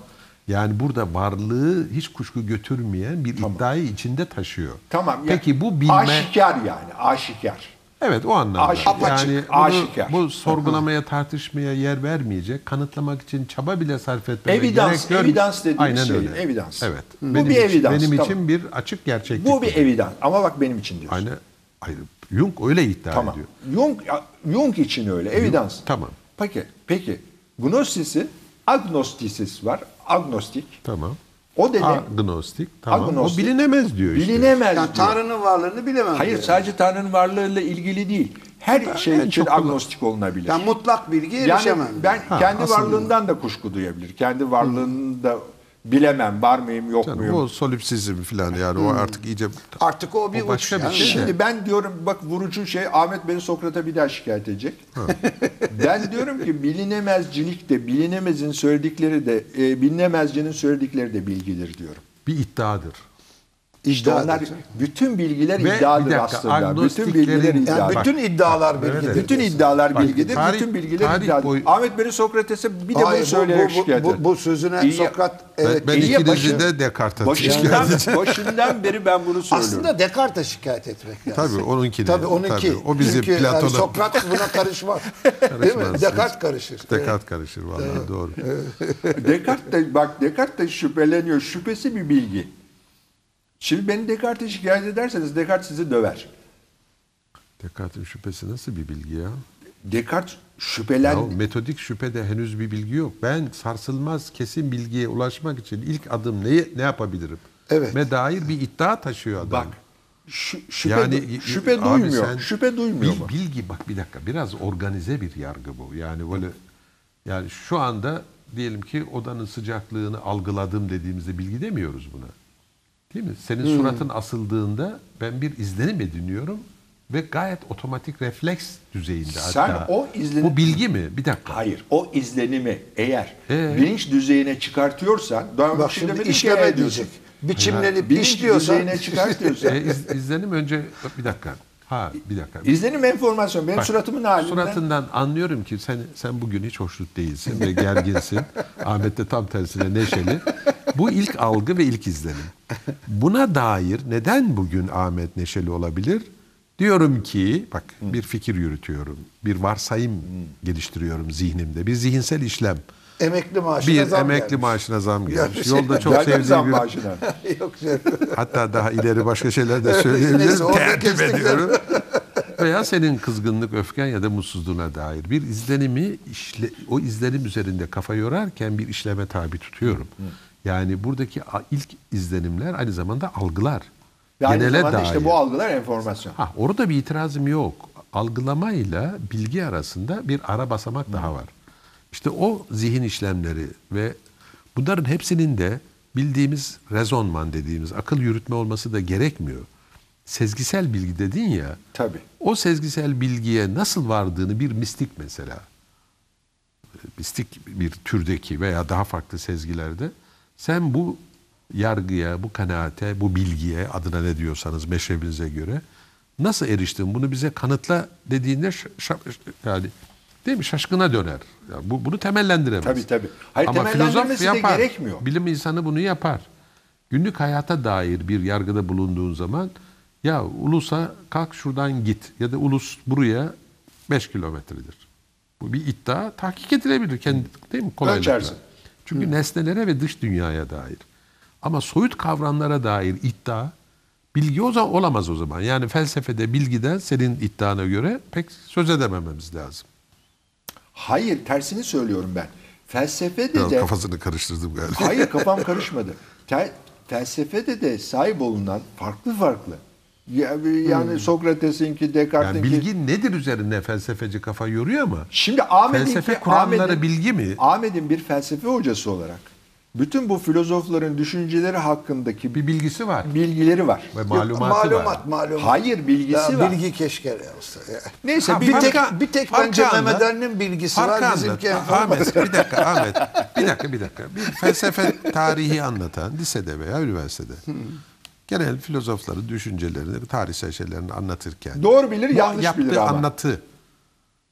Speaker 3: Yani burada varlığı hiç kuşku götürmeyen bir iddiayı içinde taşıyor.
Speaker 1: Tamam. ya-
Speaker 3: Peki bu bilme
Speaker 1: Aşikar yani, aşikar.
Speaker 3: Evet o anlamda.
Speaker 1: Aşık, apaçık,
Speaker 3: yani
Speaker 1: aşikar.
Speaker 3: bunu, bu sorgulamaya, tartışmaya yer vermeyecek, kanıtlamak için çaba bile sarf etmeye
Speaker 1: Evidans,
Speaker 3: gerek görmüyor.
Speaker 1: evidans dediğimiz
Speaker 3: Aynen
Speaker 1: şey,
Speaker 3: öyle.
Speaker 1: evidans.
Speaker 3: Evet.
Speaker 1: Bu
Speaker 3: benim
Speaker 1: bir
Speaker 3: için,
Speaker 1: evidans,
Speaker 3: Benim
Speaker 1: tamam.
Speaker 3: için bir açık gerçeklik.
Speaker 1: Bu bir evidans. Ama bak benim için diyorsun.
Speaker 3: Aynen. Hayır, Jung öyle iddia
Speaker 1: Tamam.
Speaker 3: ediyor.
Speaker 1: Jung, Jung için öyle. Evidans.
Speaker 3: tamam.
Speaker 1: Peki. Peki. Gnosis'i agnostisis var. Agnostik.
Speaker 3: Tamam.
Speaker 1: O demek
Speaker 3: Agnostik. Tamam.
Speaker 1: Agnostik.
Speaker 3: O bilinemez diyor işte.
Speaker 1: bilinemez
Speaker 2: yani
Speaker 1: diyor.
Speaker 2: Tanrı'nın varlığını bilemem.
Speaker 1: Hayır
Speaker 2: diyor.
Speaker 1: sadece Tanrı'nın varlığıyla ilgili değil. Her şey
Speaker 3: evet,
Speaker 1: için
Speaker 3: çok kolay.
Speaker 1: agnostik olunabilir.
Speaker 2: Yani mutlak bilgiye
Speaker 1: Yani
Speaker 2: erişemem.
Speaker 1: ben
Speaker 2: diyor.
Speaker 3: Ha,
Speaker 1: kendi
Speaker 3: aslında.
Speaker 1: varlığından da kuşku duyabilir. Kendi varlığını da bilemem. Var mıyım yok
Speaker 3: Canım,
Speaker 1: muyum.
Speaker 3: o solipsizm falan yani
Speaker 1: Hmm.
Speaker 3: o artık iyice
Speaker 2: Artık o bir
Speaker 3: O
Speaker 2: uç.
Speaker 3: başka bir
Speaker 2: yani.
Speaker 3: şey.
Speaker 1: Şimdi ben diyorum bak vurucu şey Ahmet beni Sokrat'a bir daha şikayet edecek. <laughs> ben diyorum ki bilinemezcilik de bilinemezin söyledikleri de e, bilinemezcinin söyledikleri de bilgidir diyorum.
Speaker 3: bir iddiadır.
Speaker 1: İşte
Speaker 2: İddiadır
Speaker 1: onlar
Speaker 2: canım.
Speaker 1: bütün bilgiler
Speaker 3: Ve bir
Speaker 1: iddiadır
Speaker 3: dakika,
Speaker 1: aslında. Bütün bilgiler
Speaker 3: agnostiklerin-
Speaker 1: iddiadır.
Speaker 2: Yani
Speaker 3: Bak,
Speaker 2: bütün iddialar
Speaker 3: bak, öyle
Speaker 2: bilgidir.
Speaker 3: de-
Speaker 1: bütün iddialar
Speaker 3: Bak,
Speaker 1: bilgidir,
Speaker 3: tarih-
Speaker 1: bütün bilgiler
Speaker 3: tarih
Speaker 1: iddiadır.
Speaker 3: boyu-
Speaker 1: Ahmet beni Sokrates'e bir de
Speaker 2: Hayır,
Speaker 1: bunu söyleyerek
Speaker 2: bu, bu,
Speaker 1: şikayet
Speaker 2: bu,
Speaker 1: eder.
Speaker 2: bu sözüne
Speaker 1: İyi-
Speaker 2: Sokrat e, evet
Speaker 3: ben
Speaker 2: iyi
Speaker 3: ben
Speaker 1: ikinci
Speaker 2: yapar.
Speaker 3: ikinizi
Speaker 1: başı-
Speaker 3: de Descartes'e
Speaker 1: Başından, başından beri ben bunu söylüyorum.
Speaker 2: Aslında Descartes'e şikayet etmek lazım.
Speaker 3: Tabii onunki de.
Speaker 2: Tabii onunki.
Speaker 3: Tabii, o bizi
Speaker 2: Çünkü yani
Speaker 3: Platon'a.
Speaker 2: Sokrat buna
Speaker 3: <laughs>
Speaker 2: karışmaz. Değil mi?
Speaker 3: Karışmaz.
Speaker 2: Descartes karışır.
Speaker 3: Descartes karışır vallahi doğru.
Speaker 1: Descartes de, bak Descartes de şüpheleniyor. Şüphesi bir bilgi. Şimdi beni Descartes'e şikayet ederseniz Descartes sizi döver.
Speaker 3: Descartes'in şüphesi nasıl bir bilgi ya?
Speaker 1: Descartes
Speaker 3: ya
Speaker 1: şüphelen...
Speaker 3: o metodik şüphede henüz bir bilgi yok. Ben sarsılmaz kesin bilgiye ulaşmak için ilk adım ne ne yapabilirim?
Speaker 2: Evet.
Speaker 3: Ve dair bir iddia taşıyor adam.
Speaker 1: bak şü- şüphe, du- şüphe
Speaker 3: abi
Speaker 1: duymuyor.
Speaker 3: sen-
Speaker 1: şüphe duymuyor
Speaker 3: bil-
Speaker 1: mu?
Speaker 3: Bilgi bak bir dakika biraz organize bir yargı bu. Yani böyle yani şu anda diyelim ki odanın sıcaklığını algıladım dediğimizde bilgi demiyoruz buna. Değil mi? Senin
Speaker 1: Hmm.
Speaker 3: suratın asıldığında ben bir izlenim ediniyorum ve gayet otomatik refleks düzeyinde
Speaker 1: Sen
Speaker 3: hatta.
Speaker 1: o izlenim-
Speaker 3: Bu bilgi mi? Bir dakika.
Speaker 1: Hayır. O izlenimi eğer
Speaker 3: Ee?
Speaker 1: bilinç düzeyine çıkartıyorsan... Daha
Speaker 2: Bak
Speaker 1: şimdi
Speaker 2: şimdi
Speaker 1: demedim ki
Speaker 2: işleme
Speaker 1: eğer
Speaker 2: diyecek.
Speaker 1: diyorsun.
Speaker 2: Biçimlenip
Speaker 1: Bilinç
Speaker 2: işliyorsan
Speaker 1: düzeyine çıkartıyorsan...
Speaker 3: <laughs> E, iz- izlenim önce bir dakika. Ha bir dakika.
Speaker 1: izlenim enformasyon. Benim
Speaker 3: Bak,
Speaker 1: suratımın halinden...
Speaker 3: Suratından anlıyorum ki sen sen bugün hiç hoşnut değilsin ve gerginsin. Ahmet de tam tersine neşeli. Bu ilk algı ve ilk izlenim. Buna dair neden bugün Ahmet neşeli olabilir? Diyorum ki bak bir fikir yürütüyorum. Bir varsayım geliştiriyorum zihnimde. Bir zihinsel işlem.
Speaker 2: emekli maaşına
Speaker 3: Bir
Speaker 2: zam
Speaker 3: emekli
Speaker 2: gelmiş.
Speaker 3: maaşına zam gelmiş.
Speaker 2: Yani-
Speaker 3: Yolda çok
Speaker 1: Geldim
Speaker 3: sevdiği
Speaker 1: zam
Speaker 3: bir
Speaker 1: maaşına.
Speaker 2: <laughs> Yok canım.
Speaker 3: Hatta daha ileri başka şeyler de söyleyebiliriz.
Speaker 2: Neyse, orada
Speaker 3: Tertip
Speaker 2: kestik
Speaker 3: ediyorum. veya senin kızgınlık, öfken ya da mutsuzluğuna dair bir izlenimi işle, o izlenim üzerinde kafa yorarken bir işleme tabi tutuyorum. Yani buradaki a- ilk izlenimler aynı zamanda algılar.
Speaker 1: Ve aynı
Speaker 3: Genele
Speaker 1: zamanda işte
Speaker 3: dair.
Speaker 1: bu algılar enformasyon.
Speaker 3: Ha, orada bir itirazım yok. Algılamayla bilgi arasında bir ara basamak daha var. İşte o zihin işlemleri ve bunların hepsinin de bildiğimiz rezonman dediğimiz akıl yürütme olması da gerekmiyor. Sezgisel bilgi dedin ya.
Speaker 1: Tabii.
Speaker 3: O sezgisel bilgiye nasıl vardığını bir mistik mesela mistik bir türdeki veya daha farklı sezgilerde sen bu yargıya, bu kanaate, bu bilgiye adına ne diyorsanız meşrebinize göre nasıl eriştin bunu bize kanıtla dediğinde ş- ş- yani değil mi şaşkına döner. Yani bu, bunu temellendiremez.
Speaker 1: Tabii, tabii. Hayır, temellendirmesi de gerekmiyor.
Speaker 3: Bilim insanı bunu yapar. Günlük hayata dair bir yargıda bulunduğun zaman ya ulusa kalk şuradan git ya da ulus buraya 5 kilometredir. Bu bir iddia tahkik edilebilir kendi değil mi? Kolaylıkla.
Speaker 1: Ölçersin.
Speaker 3: Çünkü nesnelere ve dış dünyaya dair. Ama soyut kavramlara dair iddia bilgi o zaman olamaz o zaman. Yani felsefede bilgiden senin iddiana göre pek söz edemememiz lazım.
Speaker 1: Hayır tersini söylüyorum ben. Felsefe de
Speaker 3: Biraz
Speaker 1: de
Speaker 3: kafasını karıştırdım galiba.
Speaker 1: Hayır kafam karışmadı. Te- felsefede de sahip olunan farklı farklı. Ya- Yani Sokrates'inki,
Speaker 3: Yani
Speaker 1: Descartes'inki.
Speaker 3: bilgi nedir üzerine felsefeci kafa yoruyor ama
Speaker 1: Şimdi Ahmet'in
Speaker 3: Felsefe kuramları bilgi mi?
Speaker 1: Ahmet'in bir felsefe hocası olarak bütün bu filozofların düşünceleri hakkındaki
Speaker 3: bir bilgisi var
Speaker 1: bilgileri var.
Speaker 3: ve
Speaker 2: Yok,
Speaker 3: malumatı var.
Speaker 2: malumat, malumat.
Speaker 1: Hayır bilgisi
Speaker 2: Ya
Speaker 1: var.
Speaker 2: Bilgi keşke olsa. ya.
Speaker 1: Neyse,
Speaker 2: Ha,
Speaker 1: bir
Speaker 2: bir
Speaker 1: tek-
Speaker 2: tek bir tek bence
Speaker 3: Farkı
Speaker 2: Mehmet
Speaker 3: anlat.
Speaker 2: Ali'nin bilgisi
Speaker 3: Farkı
Speaker 2: var
Speaker 3: anlat.
Speaker 2: bizimki
Speaker 3: Ah- Ahmet bir dakika Ahmet. Bir dakika bir dakika. Bir felsefe tarihi anlatan lisede veya üniversitede genel filozofların düşüncelerini, tarihsel şeylerini anlatırken
Speaker 1: Doğru bilir,
Speaker 3: bu
Speaker 1: yanlış bilir
Speaker 3: yaptığı
Speaker 1: ama.
Speaker 3: anlatı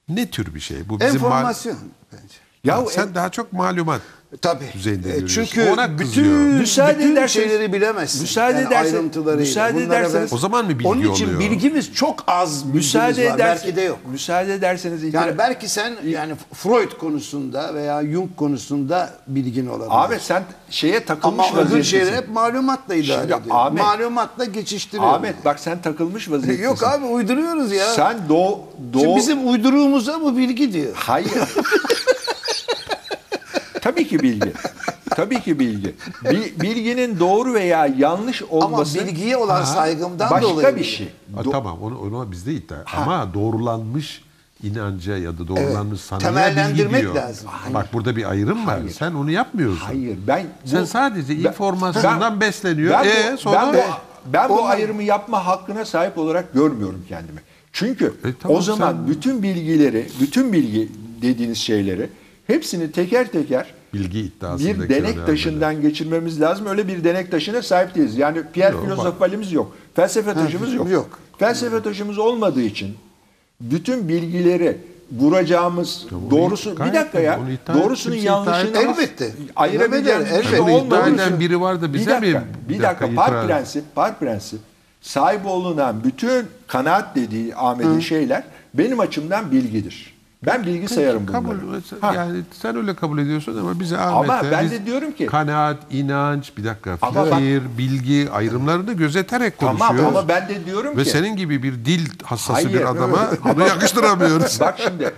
Speaker 3: ne tür bir şey? Bu bizim mal-
Speaker 2: Enformasyon bence.
Speaker 1: Ya
Speaker 3: sen daha çok malumat
Speaker 2: Tabii.
Speaker 3: düzeyinde
Speaker 2: E,
Speaker 3: görüyorsun.
Speaker 2: Çünkü
Speaker 3: Ona kızıyorum.
Speaker 2: bütün,
Speaker 1: Müsaade
Speaker 2: bütün
Speaker 1: ederseniz-
Speaker 2: şeyleri bilemezsin.
Speaker 1: Müsaade
Speaker 2: yani
Speaker 1: ederseniz-
Speaker 2: ayrıntılarıyla.
Speaker 1: müsaade
Speaker 2: Bunlara ben-
Speaker 1: ederseniz-
Speaker 3: O zaman mı bilgi
Speaker 2: Onun için
Speaker 3: oluyor?
Speaker 2: bilgimiz çok az bilgimiz
Speaker 1: müsaade
Speaker 2: var.
Speaker 1: ederseniz
Speaker 2: Belki de yok.
Speaker 1: Müsaade ederseniz itira-
Speaker 2: Yani belki sen yani Freud konusunda veya Jung konusunda bilgin olabilir.
Speaker 1: Ahmet sen şeye takılmış
Speaker 2: Ama öbür
Speaker 1: vaziyettesin.
Speaker 2: şeyler hep malumatla idare
Speaker 1: Şimdi
Speaker 2: ediyor.
Speaker 1: Ahmet-
Speaker 2: malumatla geçiştiriyor.
Speaker 1: Ahmet bak sen takılmış vaziyettesin.
Speaker 2: Yok abi uyduruyoruz ya.
Speaker 1: Sen doğ doğ
Speaker 2: Şimdi bizim uyduruğumuza bu bilgi diyor. <laughs>
Speaker 1: Hayır. Tabii ki bilgi. Tabii ki bilgi. Bil- Bilginin doğru veya yanlış
Speaker 2: Ama
Speaker 1: olması
Speaker 2: bilgiye olan saygımdan
Speaker 1: başka
Speaker 2: dolayı.
Speaker 1: bir şey.
Speaker 3: Ha,
Speaker 1: Do-
Speaker 3: tamam onu, onu bizde iddia. Ama doğrulanmış inanca ya da doğrulanmış
Speaker 2: Evet.
Speaker 3: sanıya bilgi
Speaker 2: Temellendirmek
Speaker 3: diyor.
Speaker 2: lazım. Hayır.
Speaker 3: Bak burada bir ayrım var. Sen onu yapmıyorsun.
Speaker 1: Hayır ben
Speaker 3: Sen
Speaker 1: bu-
Speaker 3: sadece
Speaker 1: ben-
Speaker 3: informasyondan
Speaker 1: ben-
Speaker 3: besleniyor.
Speaker 1: Ben,
Speaker 3: Ee,
Speaker 1: bu, ben,
Speaker 3: sonra-
Speaker 1: bu, ben bu
Speaker 2: Ondan-
Speaker 1: ayrımı yapma hakkına sahip olarak görmüyorum kendimi. Çünkü
Speaker 3: E, tamam,
Speaker 1: o zaman
Speaker 3: sen-
Speaker 1: bütün bilgileri, bütün bilgi dediğiniz şeyleri hepsini teker teker
Speaker 3: Bilgi iddiasındaki
Speaker 1: bir denek
Speaker 3: önemli.
Speaker 1: taşından geçirmemiz lazım. Öyle bir denek taşına sahip değiliz. Yani Pierre
Speaker 3: Yok,
Speaker 1: filozof valimiz yok. Felsefe taşımız yok.
Speaker 2: yok.
Speaker 1: Felsefe taşımız olmadığı için bütün bilgileri vuracağımız
Speaker 3: onu
Speaker 1: doğrusu
Speaker 3: gayet
Speaker 1: bir dakika ya
Speaker 3: onu iddia-
Speaker 1: doğrusunun
Speaker 3: kimse iddia
Speaker 1: yanlışını
Speaker 2: etmez. Elbette.
Speaker 1: ayıramayacağız.
Speaker 2: Elbette,
Speaker 1: Elbette.
Speaker 2: elbette.
Speaker 3: Bunu iddia eden biri var da bize
Speaker 1: bir dakika,
Speaker 3: mi
Speaker 1: Bir
Speaker 3: bir
Speaker 1: dakika,
Speaker 3: dakika
Speaker 1: par
Speaker 3: itiraz-
Speaker 1: prensip par prensip sahip olunan bütün kanaat dediği Ahmet'in şeyler benim açımdan bilgidir. Ben bilgi sayarım bunları.
Speaker 3: kabul,
Speaker 1: Ha.
Speaker 3: Yani sen öyle kabul ediyorsun ama bize Ahmet'e
Speaker 1: ben
Speaker 3: biz
Speaker 1: de diyorum ki-
Speaker 3: kanaat, inanç, bir dakika
Speaker 1: Ama bak-
Speaker 3: fikir, bilgi ayrımlarını gözeterek
Speaker 1: Tamam,
Speaker 3: konuşuyoruz.
Speaker 1: ama ben de diyorum
Speaker 3: Ve
Speaker 1: ki-
Speaker 3: senin gibi bir dil hassası
Speaker 1: Hayır.
Speaker 3: bir adama bunu
Speaker 1: <laughs>
Speaker 3: yakıştıramıyoruz.
Speaker 1: Bak şimdi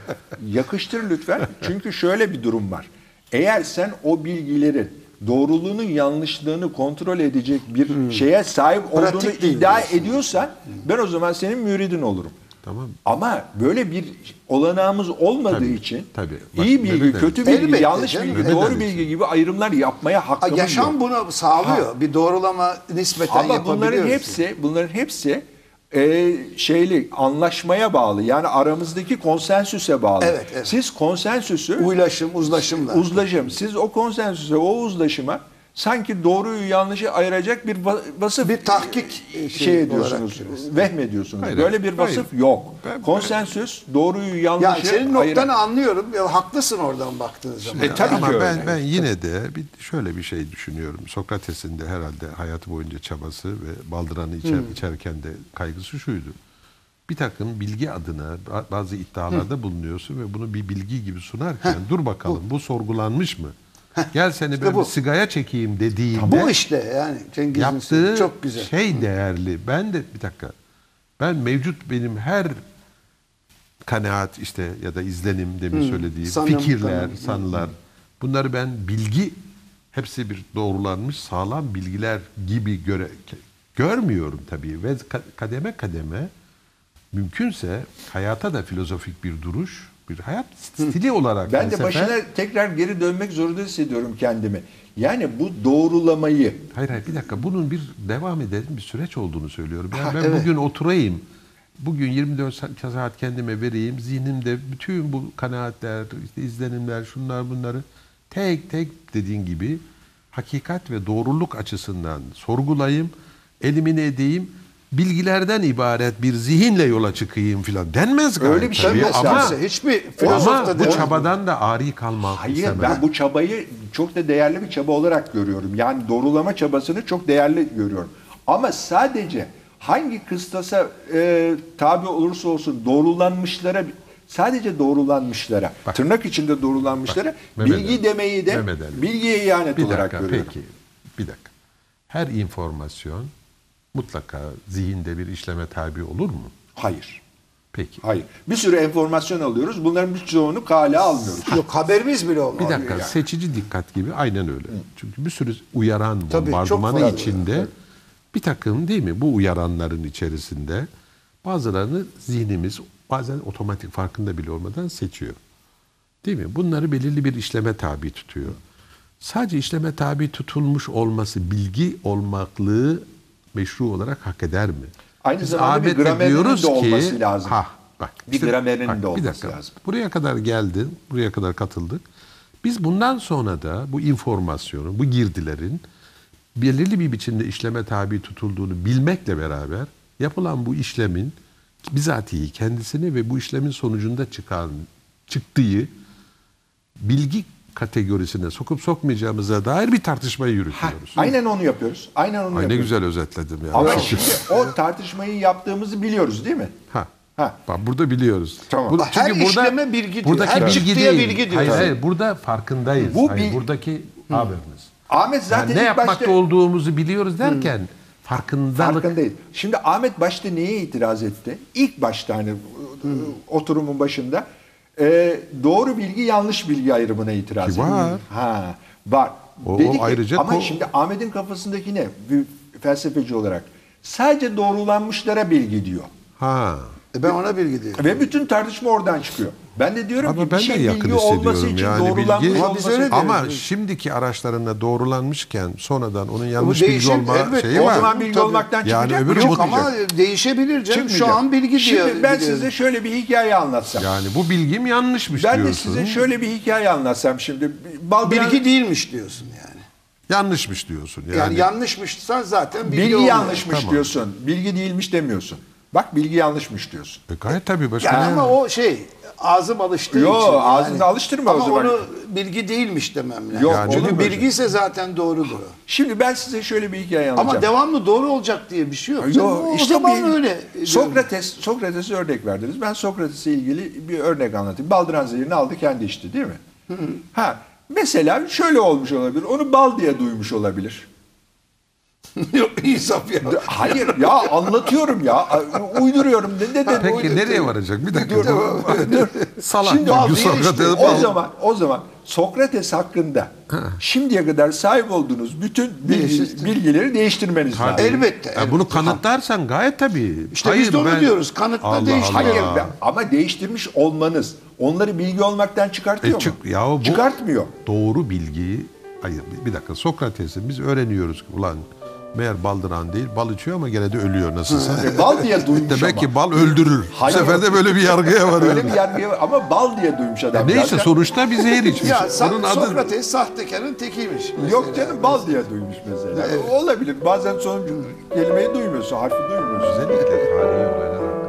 Speaker 1: yakıştır lütfen. Çünkü şöyle bir durum var. Eğer sen o bilgilerin doğruluğunun yanlışlığını kontrol edecek bir şeye sahip
Speaker 2: Hmm. Pratik
Speaker 1: olduğunu
Speaker 2: değil
Speaker 1: iddia
Speaker 2: diyorsun.
Speaker 1: ediyorsan ben o zaman senin müridin olurum.
Speaker 3: Tamam.
Speaker 1: Ama böyle bir olanağımız olmadığı
Speaker 3: Tabii,
Speaker 1: için
Speaker 3: tabii. Bak,
Speaker 1: iyi bilgi,
Speaker 3: neden
Speaker 1: kötü
Speaker 2: öyle?
Speaker 1: bilgi,
Speaker 2: Elbette
Speaker 1: yanlış
Speaker 2: canım,
Speaker 1: bilgi,
Speaker 2: neden
Speaker 1: doğru
Speaker 3: öyle?
Speaker 1: bilgi gibi ayrımlar yapmaya
Speaker 2: Ha,
Speaker 1: hakkımız yok.
Speaker 2: yaşam bunu sağlıyor. Bir doğrulama nispeten
Speaker 1: Ama
Speaker 2: yapabiliyoruz.
Speaker 1: bunların hepsi, bunların hepsi e, şeyli anlaşmaya bağlı. Yani aramızdaki konsensüse bağlı.
Speaker 2: Evet, evet.
Speaker 1: Siz konsensüsü
Speaker 2: Uylaşım, uzlaşımla.
Speaker 1: uzlaşım. Siz o konsensüse, o uzlaşıma sanki doğruyu yanlışı ayıracak bir va- vasıf
Speaker 2: Bir tahkik,
Speaker 1: şey,
Speaker 2: e, şey
Speaker 1: ediyorsunuz.
Speaker 2: olarak
Speaker 1: Vehmediyorsunuz.
Speaker 3: Hayır,
Speaker 1: Böyle bir vasıf
Speaker 3: hayır.
Speaker 1: yok.
Speaker 3: Ben-
Speaker 1: Konsensüs doğruyu yanlışı
Speaker 2: yani senin
Speaker 1: ayıran-
Speaker 2: noktanı anlıyorum. Ya, haklısın oradan baktığın zaman.
Speaker 1: E, tabii
Speaker 3: ama
Speaker 1: ki öyle.
Speaker 3: ben ben yine de bir şöyle bir şey düşünüyorum. Sokrates'in de herhalde hayatı boyunca çabası ve baldıranı içer,
Speaker 2: Hmm.
Speaker 3: içerken de kaygısı şuydu. Bir takım bilgi adına ba- bazı iddialarda
Speaker 2: Hmm.
Speaker 3: bulunuyorsun ve bunu bir bilgi gibi sunarken dur bakalım bu, sorgulanmış mı? Gel seni böyle
Speaker 2: bu.
Speaker 3: bir sigaya çekeyim dediğinde
Speaker 2: Bu işte yani Cengiz'in
Speaker 3: yaptığı
Speaker 2: söylediği çok güzel.
Speaker 3: şey değerli. Ben de bir dakika. Ben mevcut benim her kanaat işte ya da izlenim demin
Speaker 1: Hmm,
Speaker 3: söylediği
Speaker 2: sanım,
Speaker 3: fikirler,
Speaker 2: kanım.
Speaker 3: sanılar. Bunları ben bilgi hepsi bir doğrulanmış sağlam bilgiler gibi göre görmüyorum tabii ve ka- kademe kademe mümkünse hayata da filozofik bir duruş, bir hayat stili olarak
Speaker 1: Ben de
Speaker 3: felsefe-
Speaker 1: başına tekrar geri dönmek zorunda hissediyorum kendimi. Yani bu doğrulamayı
Speaker 3: Hayır hayır bir dakika bunun bir devam eden bir süreç olduğunu söylüyorum. Yani
Speaker 2: Ha,
Speaker 3: ben
Speaker 2: evet.
Speaker 3: bugün oturayım, bugün 24 sa- saat kendime vereyim, zihnimde bütün bu kanaatler, işte izlenimler, şunlar bunları tek tek dediğin gibi hakikat ve doğruluk açısından sorgulayayım, elimine edeyim, bilgilerden ibaret bir zihinle yola çıkıyım filan denmez gayet
Speaker 1: Öyle bir şey
Speaker 3: tabii
Speaker 1: yok
Speaker 3: ama,
Speaker 1: aslında.
Speaker 2: hiçbir
Speaker 3: ama
Speaker 2: filozof da
Speaker 3: bu
Speaker 2: demez.
Speaker 3: çabadan da ari kalmak
Speaker 1: Hayır
Speaker 3: istemem.
Speaker 1: ben bu çabayı çok da değerli bir çaba olarak görüyorum. Yani doğrulama çabasını çok değerli görüyorum. Ama sadece hangi kıstasa e, tabi olursa olsun doğrulanmışlara sadece doğrulanmışlara
Speaker 3: Bak.
Speaker 1: tırnak içinde doğrulanmışlara
Speaker 3: Bak, Mehmet
Speaker 1: bilgi
Speaker 3: Ali.
Speaker 1: demeyi de
Speaker 3: Mehmet Ali.
Speaker 1: bilgiye ihanet
Speaker 3: bir
Speaker 1: olarak
Speaker 3: dakika,
Speaker 1: görüyorum.
Speaker 3: Peki, bir dakika. Her informasyon mutlaka zihinde bir işleme tabi olur mu?
Speaker 1: Hayır.
Speaker 3: Peki.
Speaker 1: Hayır. Bir sürü enformasyon alıyoruz. Bunların birçoğunu kale almıyoruz.
Speaker 2: Yok haberimiz bile olmuyor.
Speaker 3: Bir dakika,
Speaker 1: yani.
Speaker 3: seçici dikkat gibi aynen öyle. Çünkü bir sürü uyaran
Speaker 2: Tabii, çok
Speaker 3: bombardımanı
Speaker 2: fazla.
Speaker 3: içinde bir takım değil mi bu uyaranların içerisinde bazılarını zihnimiz bazen otomatik farkında bile olmadan seçiyor. Değil mi? Bunları belirli bir işleme tabi tutuyor. Sadece işleme tabi tutulmuş olması bilgi olmaklığı meşru olarak hak eder mi?
Speaker 1: Aynı zamanda bir
Speaker 3: adetle
Speaker 1: gramerinin
Speaker 3: diyoruz
Speaker 1: de olması lazım.
Speaker 3: Ha, bak.
Speaker 1: Bir gramerinin de
Speaker 3: bir
Speaker 1: olması
Speaker 3: dakika.
Speaker 1: lazım.
Speaker 3: Buraya kadar geldin, buraya kadar katıldık. Biz bundan sonra da bu informasyonun, bu girdilerin belirli bir biçimde işleme tabi tutulduğunu bilmekle beraber yapılan bu işlemin bizatihi kendisini ve bu işlemin sonucunda çıkan çıktığı bilgi kategorisine sokup sokmayacağımıza dair bir tartışmayı
Speaker 1: Ha,
Speaker 3: yürütüyoruz.
Speaker 1: aynen onu yapıyoruz. Aynen onu
Speaker 3: Ay ne
Speaker 1: yapıyoruz.
Speaker 3: güzel özetledim ya.
Speaker 1: Ama
Speaker 3: Şükür.
Speaker 1: şimdi o tartışmayı yaptığımızı biliyoruz değil mi?
Speaker 3: Ha.
Speaker 1: Ha.
Speaker 3: Bak burada biliyoruz.
Speaker 1: Tamam.
Speaker 3: Burada,
Speaker 2: Her işleme bilgi diyor. Her çıktıya bilgi diyor.
Speaker 3: Hayır,
Speaker 2: Tabii.
Speaker 3: hayır burada farkındayız.
Speaker 1: Bu
Speaker 3: hayır,
Speaker 1: bir-
Speaker 3: buradaki haberimiz.
Speaker 1: Ahmet zaten
Speaker 3: Yani ne
Speaker 1: ilk
Speaker 3: yapmakta
Speaker 1: başta-
Speaker 3: olduğumuzu biliyoruz derken farkındalık.
Speaker 1: Farkındayız. Şimdi Ahmet başta neye itiraz etti? İlk başta hani e, oturumun başında e, doğru bilgi yanlış bilgi ayrımına itiraz
Speaker 3: Ki
Speaker 1: etti.
Speaker 3: var.
Speaker 1: Ha, var.
Speaker 3: O-
Speaker 1: Dedi
Speaker 3: o
Speaker 1: ki,
Speaker 3: ayrıca
Speaker 1: ama
Speaker 3: ko-
Speaker 1: şimdi Ahmet'in kafasındaki ne? Bir felsefeci olarak sadece doğrulanmışlara bilgi diyor.
Speaker 3: Ha.
Speaker 2: E ben ona bilgi diyorum.
Speaker 1: Ve bütün tartışma oradan çıkıyor. Ben de diyorum
Speaker 3: Ama
Speaker 1: ki
Speaker 3: ben
Speaker 1: bir
Speaker 3: de
Speaker 1: şey
Speaker 3: yakın
Speaker 1: bilgi olması
Speaker 3: hissediyorum
Speaker 1: için
Speaker 3: yani
Speaker 1: doğrulanmış
Speaker 3: bilgi.
Speaker 2: Ama biz
Speaker 1: olması
Speaker 2: öyle diyoruz.
Speaker 3: Ama şimdiki araçlarına doğrulanmışken sonradan onun yanlış bilgi
Speaker 2: değişim,
Speaker 3: olma
Speaker 2: elbet.
Speaker 3: şeyi
Speaker 1: o
Speaker 3: var.
Speaker 1: zaman bilgi
Speaker 2: Tabii.
Speaker 1: olmaktan
Speaker 3: Yani
Speaker 1: çıkacak
Speaker 3: öbürü
Speaker 1: mı?
Speaker 2: Yok ama
Speaker 1: Çıkmayacak.
Speaker 2: değişebilir canım. Şu
Speaker 1: Çıkmayacak.
Speaker 2: an bilgi diyor.
Speaker 1: Şimdi ben
Speaker 2: biliyorum.
Speaker 1: size şöyle bir hikaye anlatsam.
Speaker 3: Yani bu bilgim yanlışmış
Speaker 1: Ben de
Speaker 3: diyorsun.
Speaker 1: size şöyle bir hikaye anlatsam şimdi. Baldıran,
Speaker 2: bilgi değilmiş diyorsun yani.
Speaker 3: Yanlışmış diyorsun. Yani,
Speaker 2: Yani, yanlışmışsan zaten bilgi,
Speaker 1: bilgi
Speaker 2: olmuyor.
Speaker 1: yanlışmış
Speaker 3: Tamam.
Speaker 1: diyorsun. Bilgi değilmiş demiyorsun. Bak bilgi yanlışmış diyorsun.
Speaker 3: E gayet tabii başka
Speaker 2: Yani
Speaker 3: ne-
Speaker 2: ama o şey ağzım alıştığı
Speaker 1: Yo,
Speaker 2: için. yani.
Speaker 1: ağzını alıştırma o
Speaker 2: ama
Speaker 1: zaman.
Speaker 2: onu bilgi değilmiş demem lazım.
Speaker 1: Yok,
Speaker 2: Yani
Speaker 1: olur
Speaker 2: Çünkü
Speaker 1: mu
Speaker 2: bilgi ise zaten doğrudur. o.
Speaker 1: Şimdi ben size şöyle bir hikaye anlatacağım.
Speaker 2: Ama devamlı doğru olacak diye bir şey yok.
Speaker 1: Yo,
Speaker 2: Canım, o
Speaker 1: işte
Speaker 2: zaman
Speaker 1: bir-
Speaker 2: öyle.
Speaker 1: Sokrates, Sokrates'e örnek verdiniz. Ben Sokrates'e ilgili bir örnek anlatayım. Baldıran zehirini aldı kendi içti değil mi? Ha, mesela şöyle olmuş olabilir. Onu bal diye duymuş olabilir. <laughs>
Speaker 2: yok insaf ya.
Speaker 1: Hayır ya anlatıyorum ya. Uyduruyorum. Ne, ne, ne,
Speaker 3: Peki
Speaker 1: uydur-
Speaker 3: nereye varacak? Bir dakika. Salak
Speaker 1: Şimdi
Speaker 3: bir
Speaker 1: al,
Speaker 3: Gustavo
Speaker 1: işte,
Speaker 3: Gazetesi
Speaker 1: o
Speaker 3: bağlı.
Speaker 1: zaman o zaman Sokrates hakkında şimdiye kadar sahip olduğunuz bütün bilgi-
Speaker 2: Değiştir.
Speaker 1: bilgileri değiştirmeniz lazım.
Speaker 2: Elbette.
Speaker 3: Ya bunu kanıtlarsan gayet tabii.
Speaker 2: İşte biz de onu diyoruz, kanıtla değiştir.
Speaker 1: Hayır
Speaker 2: Aa.
Speaker 1: be- ama değiştirmiş olmanız onları bilgi olmaktan çıkartıyor
Speaker 3: E
Speaker 1: mu?
Speaker 3: çık, ya bu
Speaker 1: Çıkartmıyor.
Speaker 3: Doğru bilgiyi hayır bir- bir dakika Sokrates'i biz öğreniyoruz ki ulan meğer baldıran değil bal içiyor ama gene de ölüyor nasılsa.
Speaker 1: E, bal
Speaker 3: <laughs>
Speaker 1: diye duymuş
Speaker 3: Demek
Speaker 1: ama.
Speaker 3: ki bal öldürür.
Speaker 1: Hayır.
Speaker 3: Bu sefer de böyle bir yargıya varıyoruz.
Speaker 1: Öyle bir yargıya ama bal diye duymuş adam.
Speaker 3: Neyse
Speaker 1: zaten.
Speaker 3: sonuçta bir zehir içmiş.
Speaker 2: Ya sa-
Speaker 3: Onun adı
Speaker 2: Sokrates sahtekarın tekiymiş.
Speaker 1: Yok canım bal diye duymuş mesela. Olabilir. Bazen sonucu kelimeyi duymuyorsun, harfi duymuyorsun.
Speaker 3: özellikle tarihi olaylar hakkında. şey